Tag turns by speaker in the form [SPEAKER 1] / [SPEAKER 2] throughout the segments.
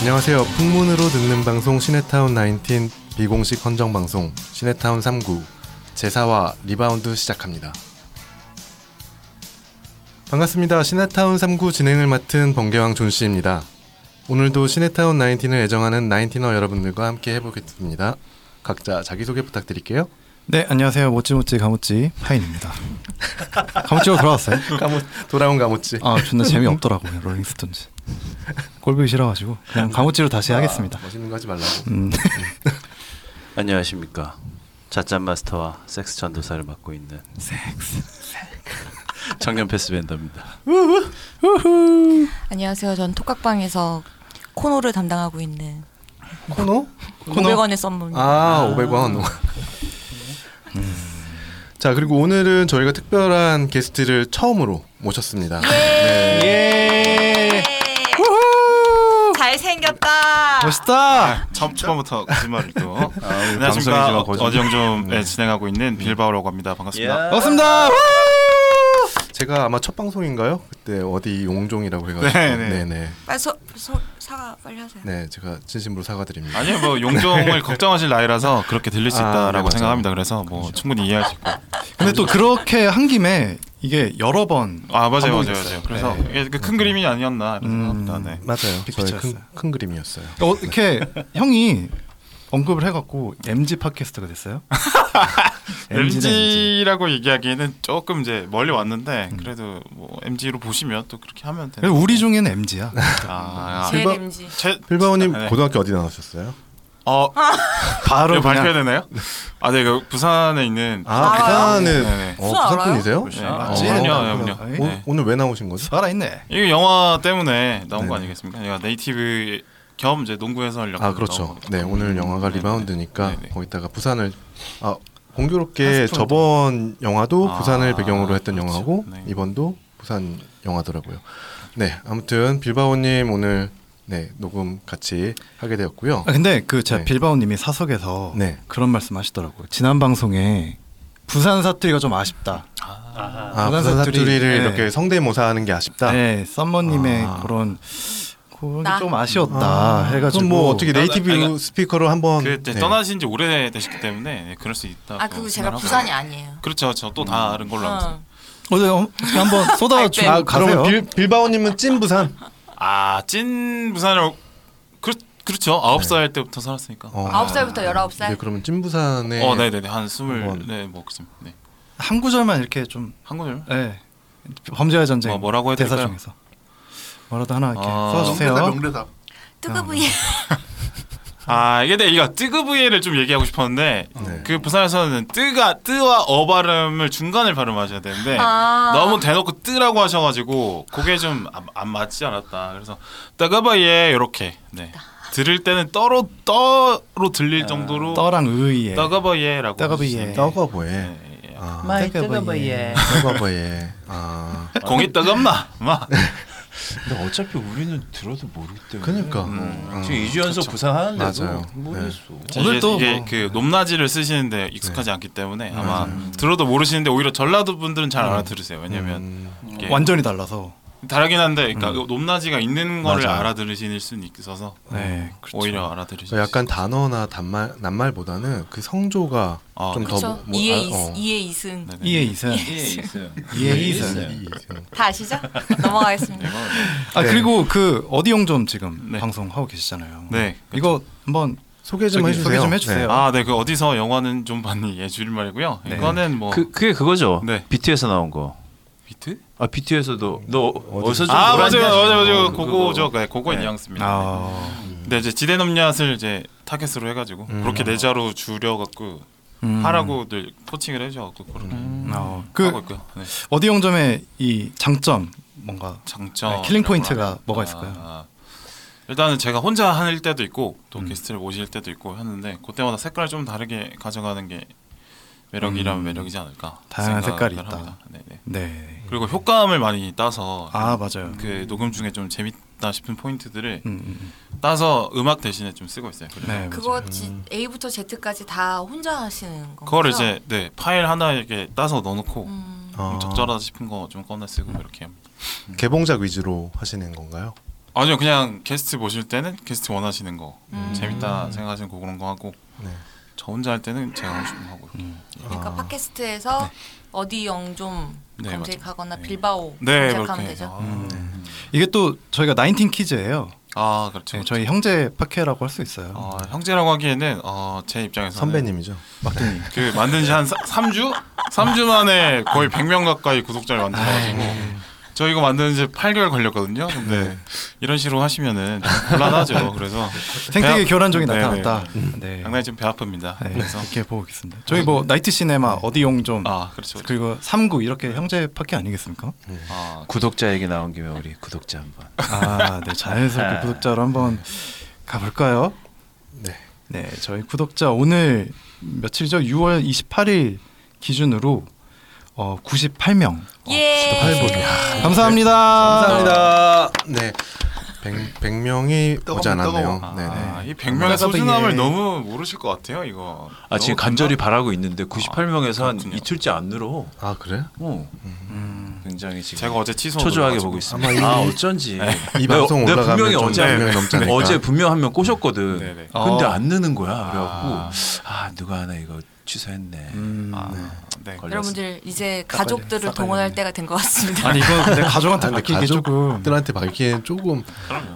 [SPEAKER 1] 안녕하세요. 풍문으로 듣는 방송 시네타운 19 비공식 헌정 방송 시네타운 3구 제사와 리바운드 시작합니다. 반갑습니다. 시네타운 3구 진행을 맡은 번개왕 존 씨입니다. 오늘도 시네타운 19을 애정하는 19어 여러분들과 함께 해보겠습니다. 각자 자기소개 부탁드릴게요.
[SPEAKER 2] 네, 안녕하세요. 모찌모찌 가모찌 하인입니다. 가모찌로 돌아왔어요.
[SPEAKER 1] 까모, 돌아온 가모찌.
[SPEAKER 2] 음. 아, 존나 재미없더라고요. 롤링스톤즈. 꼴보기 싫어가지고 그냥 가모찌로 다시 하겠습니다.
[SPEAKER 1] 아, 멋있는 거 하지 말라고.
[SPEAKER 2] 음,
[SPEAKER 3] 안녕하십니까. 자짠 마스터와 섹스 전도사를 맡고 있는 섹스 청년 패스 밴더입니다.
[SPEAKER 4] 안녕하세요. 전 톡각방에서 코노를 담당하고 있는
[SPEAKER 1] 코노?
[SPEAKER 4] 500원의 썸문.
[SPEAKER 1] 아, 500원. 음. 자, 그리고 오늘은 저희가 특별한 게스트를 처음으로 모셨습니다.
[SPEAKER 5] 예.
[SPEAKER 4] 예. 잘 생겼다.
[SPEAKER 2] 멋있다.
[SPEAKER 5] 처음, 처음부터 거짓말을 또
[SPEAKER 3] 방송이지만
[SPEAKER 5] 안녕하십니까 어,
[SPEAKER 3] 거짓말.
[SPEAKER 5] 어정좀 네, 진행하고 있는 빌바오라고 합니다
[SPEAKER 6] 예.
[SPEAKER 5] 반갑습니다
[SPEAKER 6] 어?
[SPEAKER 2] 반갑습니다. 우!
[SPEAKER 1] 제가 아마 첫 방송인가요? 그때 어디 용종이라고 해가지고.
[SPEAKER 5] 네, 네.
[SPEAKER 1] 네.
[SPEAKER 4] 빨리 서, 서, 사과 빨리 하세요.
[SPEAKER 1] 네, 제가 진심으로 사과드립니다.
[SPEAKER 5] 아니요 뭐 용종을 걱정하실 나이라서 그렇게 들릴 수
[SPEAKER 1] 아, 네,
[SPEAKER 5] 있다라고
[SPEAKER 1] 맞아요.
[SPEAKER 5] 생각합니다 그래서 뭐 충분히 이해할 수 있고
[SPEAKER 2] 근데 또 그렇게 한 김에 이게 여러 번
[SPEAKER 5] 아 맞아요 맞아요
[SPEAKER 2] 반복됐어요.
[SPEAKER 5] 맞아요 그래서
[SPEAKER 2] 네.
[SPEAKER 5] 이게 그큰 그림이 아니었나 이런
[SPEAKER 2] 음.
[SPEAKER 5] 생각합니다 네.
[SPEAKER 1] 맞아요. 저희 큰,
[SPEAKER 2] 빅피처였어요.
[SPEAKER 1] 큰 그림이었어요.
[SPEAKER 2] 어떻게 형이 언급을 해갖고 MG 팟캐스트가 됐어요? MG 네, MG.
[SPEAKER 5] MG라고 얘기하기에는 조금 이제 멀리 왔는데 그래도 뭐 MG로 보시면 또 그렇게 하면
[SPEAKER 2] 그래서
[SPEAKER 5] 되는
[SPEAKER 2] 네, 우리 중에는 MG야.
[SPEAKER 5] 아, 아.
[SPEAKER 4] 제일
[SPEAKER 1] 빌바-
[SPEAKER 4] MG.
[SPEAKER 5] 제,
[SPEAKER 1] 필바오님
[SPEAKER 5] 네.
[SPEAKER 1] 고등학교 어디 나오셨어요?
[SPEAKER 5] 어,
[SPEAKER 2] 바로
[SPEAKER 5] 이거 발표해야
[SPEAKER 2] 그냥
[SPEAKER 5] 되나요? 아, 네, 그 부산에 있는
[SPEAKER 1] 아, 부산은
[SPEAKER 5] 네, 네.
[SPEAKER 1] 어,
[SPEAKER 4] 부산
[SPEAKER 1] 부산
[SPEAKER 4] 알아요?
[SPEAKER 1] 분이세요?
[SPEAKER 5] 네.
[SPEAKER 1] 어,
[SPEAKER 2] 맞지?
[SPEAKER 5] 아니요,
[SPEAKER 2] 어,
[SPEAKER 5] 아니요, 아니요.
[SPEAKER 2] 네.
[SPEAKER 1] 오, 오늘 왜 나오신 거죠?
[SPEAKER 2] 살아있네.
[SPEAKER 5] 이거 영화 때문에 나온 거
[SPEAKER 1] 네네.
[SPEAKER 5] 아니겠습니까? 얘가 네이티브 겸 이제 농구 해설 역할.
[SPEAKER 1] 아, 그렇죠. 네, 오늘 영화가 리바운드니까
[SPEAKER 5] 음. 네네.
[SPEAKER 1] 거기다가 부산을 아, 공교롭게
[SPEAKER 2] 하스프로드.
[SPEAKER 1] 저번 영화도
[SPEAKER 5] 아,
[SPEAKER 1] 부산을 배경으로 했던
[SPEAKER 5] 그렇죠.
[SPEAKER 1] 영화고
[SPEAKER 5] 네.
[SPEAKER 1] 이번도 부산 영화더라고요. 네, 아무튼 빌바오님 오늘 네 녹음 같이 하게 되었고요.
[SPEAKER 2] 아, 근데 그 제가
[SPEAKER 1] 네.
[SPEAKER 2] 빌바오님이 사석에서
[SPEAKER 1] 네.
[SPEAKER 2] 그런 말씀하시더라고요. 지난 방송에 부산 사투리가 좀 아쉽다.
[SPEAKER 1] 아,
[SPEAKER 2] 부산
[SPEAKER 1] 부산
[SPEAKER 2] 사투리.
[SPEAKER 1] 사투리를
[SPEAKER 2] 네.
[SPEAKER 1] 이렇게 성대모사하는 게 아쉽다.
[SPEAKER 2] 네, 썸머님의
[SPEAKER 1] 아.
[SPEAKER 2] 그런 그런
[SPEAKER 4] 나.
[SPEAKER 2] 게 좀 아쉬웠다 해가지고
[SPEAKER 1] 그럼 뭐 어떻게 네이티브
[SPEAKER 5] 아, 나-
[SPEAKER 1] 스피커로 한번
[SPEAKER 5] 그 이제
[SPEAKER 1] 네.
[SPEAKER 5] 떠나신 지 오래되셨기 때문에 네, 그럴 수 있다.
[SPEAKER 4] 아 그거 제가 부산이 아니에요.
[SPEAKER 5] 그렇죠. 저 또 다른 걸로 알고 있어요.
[SPEAKER 4] 어.
[SPEAKER 2] 어제 어떻게 한번 쏟아주고
[SPEAKER 1] 아,
[SPEAKER 2] 가세요.
[SPEAKER 1] 그러면 빌, 빌바오님은 찐 부산.
[SPEAKER 5] 아, 찐 부산을 그 그렇죠. 아홉 살 때부터 살았으니까.
[SPEAKER 1] 어.
[SPEAKER 4] 아홉 살부터 열아홉
[SPEAKER 1] 네,
[SPEAKER 4] 살.
[SPEAKER 1] 그러면 찐 부산에
[SPEAKER 5] 어, 네, 네, 네. 한 스물
[SPEAKER 1] 한번.
[SPEAKER 5] 네, 뭐 그렇습니다. 네.
[SPEAKER 2] 한 구절만 이렇게 좀
[SPEAKER 5] 한국을
[SPEAKER 2] 예. 범죄와 전쟁
[SPEAKER 5] 뭐, 뭐라고 해야
[SPEAKER 2] 대사
[SPEAKER 5] 될까요?
[SPEAKER 2] 중에서 뭐라도 하나 이렇게
[SPEAKER 5] 아.
[SPEAKER 2] 써주세요.
[SPEAKER 4] 뜨그부이.
[SPEAKER 5] 아, 이게 근데 이거 뜨그브이를 좀 얘기하고 싶었는데
[SPEAKER 1] 네.
[SPEAKER 5] 그 부산에서는 뜨가 뜨와 어 발음을 중간을 발음하셔야 되는데
[SPEAKER 4] 아.
[SPEAKER 5] 너무 대놓고 뜨라고 하셔가지고 그게 좀 안 맞지 않았다. 그래서 따가바예 이렇게 네. 들을 때는 떠로 떠로 들릴 정도로
[SPEAKER 2] 아. 떠랑 의의
[SPEAKER 5] 따가바예라고.
[SPEAKER 2] 따가바예.
[SPEAKER 5] 해주시는데
[SPEAKER 1] 떠가보에.
[SPEAKER 5] 네,
[SPEAKER 1] 아,
[SPEAKER 2] 많이 뜨거워, 예.
[SPEAKER 1] 떠가보에. 아,
[SPEAKER 5] 예. 공이 따갑나? 막
[SPEAKER 2] 예.
[SPEAKER 3] 근데 어차피 우리는 들어도 모르기 때문에.
[SPEAKER 1] 그러니까. 음.
[SPEAKER 3] 지금 2주 연속 부산 하는데도
[SPEAKER 1] 맞아요. 네.
[SPEAKER 3] 모르겠어.
[SPEAKER 2] 오늘
[SPEAKER 5] 이게,
[SPEAKER 2] 또
[SPEAKER 5] 이게
[SPEAKER 2] 뭐. 네.
[SPEAKER 5] 그 높낮이를 쓰시는데 익숙하지 않기 때문에 아마
[SPEAKER 2] 음.
[SPEAKER 5] 들어도 모르시는데 오히려 전라도 분들은 잘 알아들으세요. 왜냐면
[SPEAKER 1] 음.
[SPEAKER 5] 이게
[SPEAKER 2] 완전히 달라서.
[SPEAKER 5] 다르긴 한데 그러니까 높낮이가 있는 거를
[SPEAKER 2] 음. 맞아요.
[SPEAKER 5] 알아들으실 수 있어서
[SPEAKER 2] 네, 그렇죠.
[SPEAKER 5] 오히려 알아들으실
[SPEAKER 1] 저뭐 약간 단어나 단말 남말보다는 그 성조가
[SPEAKER 5] 아, 어.
[SPEAKER 1] 좀
[SPEAKER 5] 네,
[SPEAKER 1] 더 뭐, 어.
[SPEAKER 4] 그렇죠. 이에 이승. 이에 이승.
[SPEAKER 5] 수
[SPEAKER 2] 이에
[SPEAKER 5] 예, 있어요.
[SPEAKER 2] 이승
[SPEAKER 3] 있어요.
[SPEAKER 2] 이에
[SPEAKER 5] 예,
[SPEAKER 2] 이승.
[SPEAKER 4] 다 아시죠? 넘어가겠습니다.
[SPEAKER 2] 아
[SPEAKER 1] 네.
[SPEAKER 2] 그리고 그 어디 용점 지금
[SPEAKER 5] 네.
[SPEAKER 2] 방송 하고 계시잖아요.
[SPEAKER 5] 네.
[SPEAKER 2] 이거 한번
[SPEAKER 1] 소개 좀
[SPEAKER 2] 저기
[SPEAKER 1] 해주세요.
[SPEAKER 2] 소개 좀 해주세요.
[SPEAKER 1] 네.
[SPEAKER 5] 아, 네. 그 어디서 영화는 좀 봤니? 예, 줄임말이고요.
[SPEAKER 2] 네.
[SPEAKER 5] 이거는
[SPEAKER 6] 어.
[SPEAKER 5] 뭐
[SPEAKER 3] 그 그게 그거죠.
[SPEAKER 5] 네.
[SPEAKER 3] BT에서 나온 거.
[SPEAKER 5] 비트?
[SPEAKER 3] 아 BT에서도 너 어디서 좀
[SPEAKER 5] 아,
[SPEAKER 3] 놀았냐?
[SPEAKER 5] 맞아요. 맞아요. 맞아요.
[SPEAKER 3] 그거.
[SPEAKER 5] 그거죠. 네, 그거의 뉘앙스입니다.
[SPEAKER 2] 뭐 아,
[SPEAKER 5] 근데 이제 지대넘냐스를 이제 타겟으로 해 가지고 그렇게 내자로 줄여 갖고
[SPEAKER 2] 음.
[SPEAKER 5] 하라고들 포칭을 해줘 갖고 그렇게
[SPEAKER 2] 어,
[SPEAKER 5] 하고
[SPEAKER 2] 그
[SPEAKER 5] 있고요. 네.
[SPEAKER 2] 어디 용점의 이 장점 뭔가
[SPEAKER 5] 장점.
[SPEAKER 2] 네, 킬링 포인트가
[SPEAKER 5] 이런 걸
[SPEAKER 2] 뭐가
[SPEAKER 5] 아,
[SPEAKER 2] 있을까요?
[SPEAKER 5] 아. 일단은 제가 혼자 하는 때도 있고 또
[SPEAKER 2] 음.
[SPEAKER 5] 게스트를 모실 때도 있고 하는데 그때마다 색깔을 좀 다르게 가져가는 게 매력이라면 매력이지 않을까
[SPEAKER 2] 음. 다양한
[SPEAKER 5] 생각을
[SPEAKER 2] 색깔이 있다.
[SPEAKER 5] 합니다. 네, 네.
[SPEAKER 2] 네.
[SPEAKER 5] 그리고 효과음을 많이 따서
[SPEAKER 2] 아 맞아요.
[SPEAKER 5] 그 녹음 중에 좀 재밌다 싶은 포인트들을
[SPEAKER 2] 음, 음,
[SPEAKER 5] 따서 음악 대신에 좀 쓰고 있어요.
[SPEAKER 2] 음.
[SPEAKER 5] 그래서
[SPEAKER 2] 네. 맞아요.
[SPEAKER 4] 그거 지, A부터 Z까지 다 혼자 하시는 거.
[SPEAKER 5] 그거를 이제 네 파일 하나 이렇게 따서 넣어놓고
[SPEAKER 4] 음.
[SPEAKER 1] 아,
[SPEAKER 2] 음.
[SPEAKER 5] 적절하다 싶은 거 좀 꺼내 쓰고 이렇게 합니다.
[SPEAKER 1] 개봉작 위주로 하시는 건가요?
[SPEAKER 5] 아니요 그냥 게스트 모실 때는 게스트 원하시는 거
[SPEAKER 4] 음.
[SPEAKER 5] 재밌다 생각하시는 거 그런 거 하고
[SPEAKER 1] 네.
[SPEAKER 5] 저 혼자 할 때는 제가 하고 싶은 거 하고
[SPEAKER 4] 그러니까 팟캐스트에서 어디 영좀
[SPEAKER 5] 아. 네,
[SPEAKER 4] 검색하거나 빌바오
[SPEAKER 5] 네
[SPEAKER 4] 검색하면
[SPEAKER 5] 그렇게
[SPEAKER 4] 되죠.
[SPEAKER 5] 아,
[SPEAKER 2] 음. 이게 또 저희가 나인틴 키즈예요.
[SPEAKER 5] 아 그렇죠
[SPEAKER 2] 네, 저희 형제 파케라고 할 수 있어요.
[SPEAKER 5] 어, 형제라고 하기에는 어, 제 입장에서
[SPEAKER 1] 선배님이죠.
[SPEAKER 2] 막둥이.
[SPEAKER 5] 그 만든 지한 3주? 3주 만에 거의 100명 가까이 구독자를 만들어가지고
[SPEAKER 2] 네.
[SPEAKER 5] 저 이거 만드는 지 8개월 걸렸거든요. 근데 이런 식으로 하시면은 좀 곤란하죠. 그래서
[SPEAKER 2] 생태계
[SPEAKER 5] 배합-
[SPEAKER 2] 교란종이
[SPEAKER 5] 네. 네네.
[SPEAKER 2] 나타났다. 네.
[SPEAKER 5] 당당히 지금 배 아픕니다.
[SPEAKER 2] 네,
[SPEAKER 5] 그래서
[SPEAKER 2] 이렇게 보고 있습니다. 저희 뭐 나이트 시네마 어디용 좀
[SPEAKER 5] 아 그렇죠. 그렇죠.
[SPEAKER 2] 그리고 3구 이렇게 형제 파케 아니겠습니까?
[SPEAKER 5] 아,
[SPEAKER 3] 구독자 얘기 나온 김에 우리 구독자 한번.
[SPEAKER 2] 아, 네 자연스럽게 구독자로 한번 가볼까요?
[SPEAKER 1] 네.
[SPEAKER 2] 네, 저희 구독자 오늘 며칠이죠? 6월 28일 기준으로 어, 98명.
[SPEAKER 4] 예.
[SPEAKER 2] 아, 감사합니다.
[SPEAKER 1] 감사합니다. 네. 100, 100명이
[SPEAKER 2] 뜨거워,
[SPEAKER 1] 오지 않았네요.
[SPEAKER 2] 뜨거워.
[SPEAKER 1] 네. 네.
[SPEAKER 5] 아, 이 100명의 소중함을
[SPEAKER 2] 예.
[SPEAKER 5] 너무 모르실 것 같아요. 이거
[SPEAKER 6] 아 지금
[SPEAKER 5] 너무
[SPEAKER 6] 간절히
[SPEAKER 5] 감사-
[SPEAKER 6] 바라고 있는데 98명에서 한
[SPEAKER 5] 어, 그렇군요.
[SPEAKER 6] 이틀째 안 늘어.
[SPEAKER 1] 아, 그래?
[SPEAKER 6] 어. 굉장히 지금
[SPEAKER 5] 제가 어제 취소
[SPEAKER 6] 초조하게 보고
[SPEAKER 1] 아마 이- 네.
[SPEAKER 6] 있습니다. 아 어쩐지
[SPEAKER 1] 이 방송
[SPEAKER 6] 내가, 내가
[SPEAKER 1] 올라가면
[SPEAKER 6] 분명히
[SPEAKER 1] 좀
[SPEAKER 6] 어제
[SPEAKER 1] 몇
[SPEAKER 6] 한
[SPEAKER 1] 명
[SPEAKER 6] 명-
[SPEAKER 1] 넘지 않을까?
[SPEAKER 6] 어제 분명 한 명 꼬셨거든.
[SPEAKER 5] 네네.
[SPEAKER 6] 근데
[SPEAKER 2] 어.
[SPEAKER 6] 안 느는 거야. 그래갖고 아, 누가 하나 이거 취소했네.
[SPEAKER 2] 음,
[SPEAKER 5] 아, 네.
[SPEAKER 6] 걸렸어.
[SPEAKER 4] 여러분들 이제
[SPEAKER 2] 걸려,
[SPEAKER 4] 가족들을
[SPEAKER 2] 싹
[SPEAKER 4] 동원할
[SPEAKER 2] 걸리네.
[SPEAKER 4] 때가 된 것 같습니다.
[SPEAKER 2] 아니 이건 내 가족한테
[SPEAKER 1] 근데
[SPEAKER 2] 밝히기 조금.
[SPEAKER 1] 가족들한테 밝히기엔 조금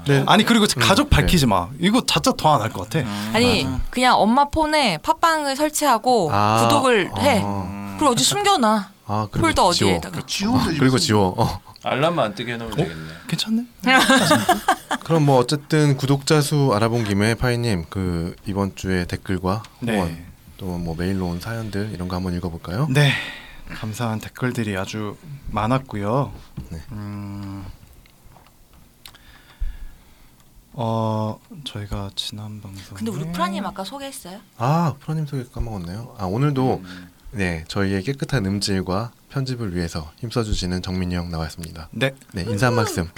[SPEAKER 1] 네.
[SPEAKER 2] 아니 그리고 가족 밝히지 마. 이거 자짜 더 안 할 것 같아.
[SPEAKER 4] 아니 그냥 엄마 폰에 팟빵을 설치하고
[SPEAKER 1] 아,
[SPEAKER 4] 구독을 해.
[SPEAKER 1] 어.
[SPEAKER 4] 그리고 어디 숨겨놔.
[SPEAKER 1] 아, 그리고
[SPEAKER 4] 폴더
[SPEAKER 1] 지워.
[SPEAKER 4] 어디에다가.
[SPEAKER 1] 아, 그리고 지워. 어.
[SPEAKER 6] 알람만 안 뜨게 해놓으면 되겠네.
[SPEAKER 2] 괜찮네.
[SPEAKER 1] 그럼 뭐 어쨌든 구독자 수 알아본 김에 파이님 그 이번 주에 댓글과 후원
[SPEAKER 2] 네.
[SPEAKER 1] 또 뭐 메일로 온 사연들 이런 거 한번 읽어볼까요?
[SPEAKER 2] 네. 감사한 댓글들이 아주 많았고요.
[SPEAKER 1] 네.
[SPEAKER 2] 음. 어, 저희가 지난 방송
[SPEAKER 4] 근데 우리 프라님 아까 소개했어요?
[SPEAKER 1] 아 프로님 소개 까먹었네요. 아 오늘도
[SPEAKER 2] 음.
[SPEAKER 1] 네 저희의 깨끗한 음질과 편집을 위해서 힘써주시는 정민이 형 나왔습니다.
[SPEAKER 2] 네.
[SPEAKER 1] 네 인사 한 말씀.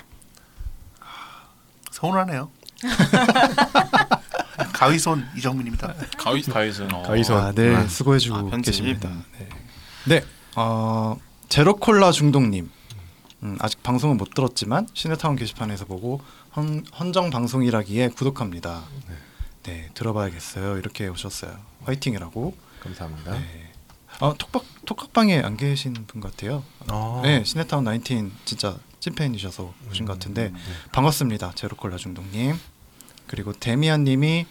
[SPEAKER 7] 서운하네요. 가위손 이정민입니다.
[SPEAKER 5] 가위 어. 가위선.
[SPEAKER 1] 가위손.
[SPEAKER 2] 아, 늘
[SPEAKER 1] 아,
[SPEAKER 2] 수고해주고
[SPEAKER 5] 아, 편집.
[SPEAKER 2] 계십니다. 네. 네. 어, 제로콜라 중독님. 음, 아직 방송은 못 들었지만 시네타운 게시판에서 보고 헌, 헌정 방송이라기에 구독합니다. 네, 들어봐야겠어요. 이렇게 오셨어요. 화이팅이라고.
[SPEAKER 1] 감사합니다.
[SPEAKER 2] 네. 아, 톡박 톡방에 안 계신 분 같아요.
[SPEAKER 1] 아,
[SPEAKER 2] 네, 시네타운 19 진짜 찐팬이셔서 오신 것
[SPEAKER 1] 음,
[SPEAKER 2] 같은데
[SPEAKER 1] 네.
[SPEAKER 2] 반갑습니다. 제로콜라 중독님. 그리고 데미안 님이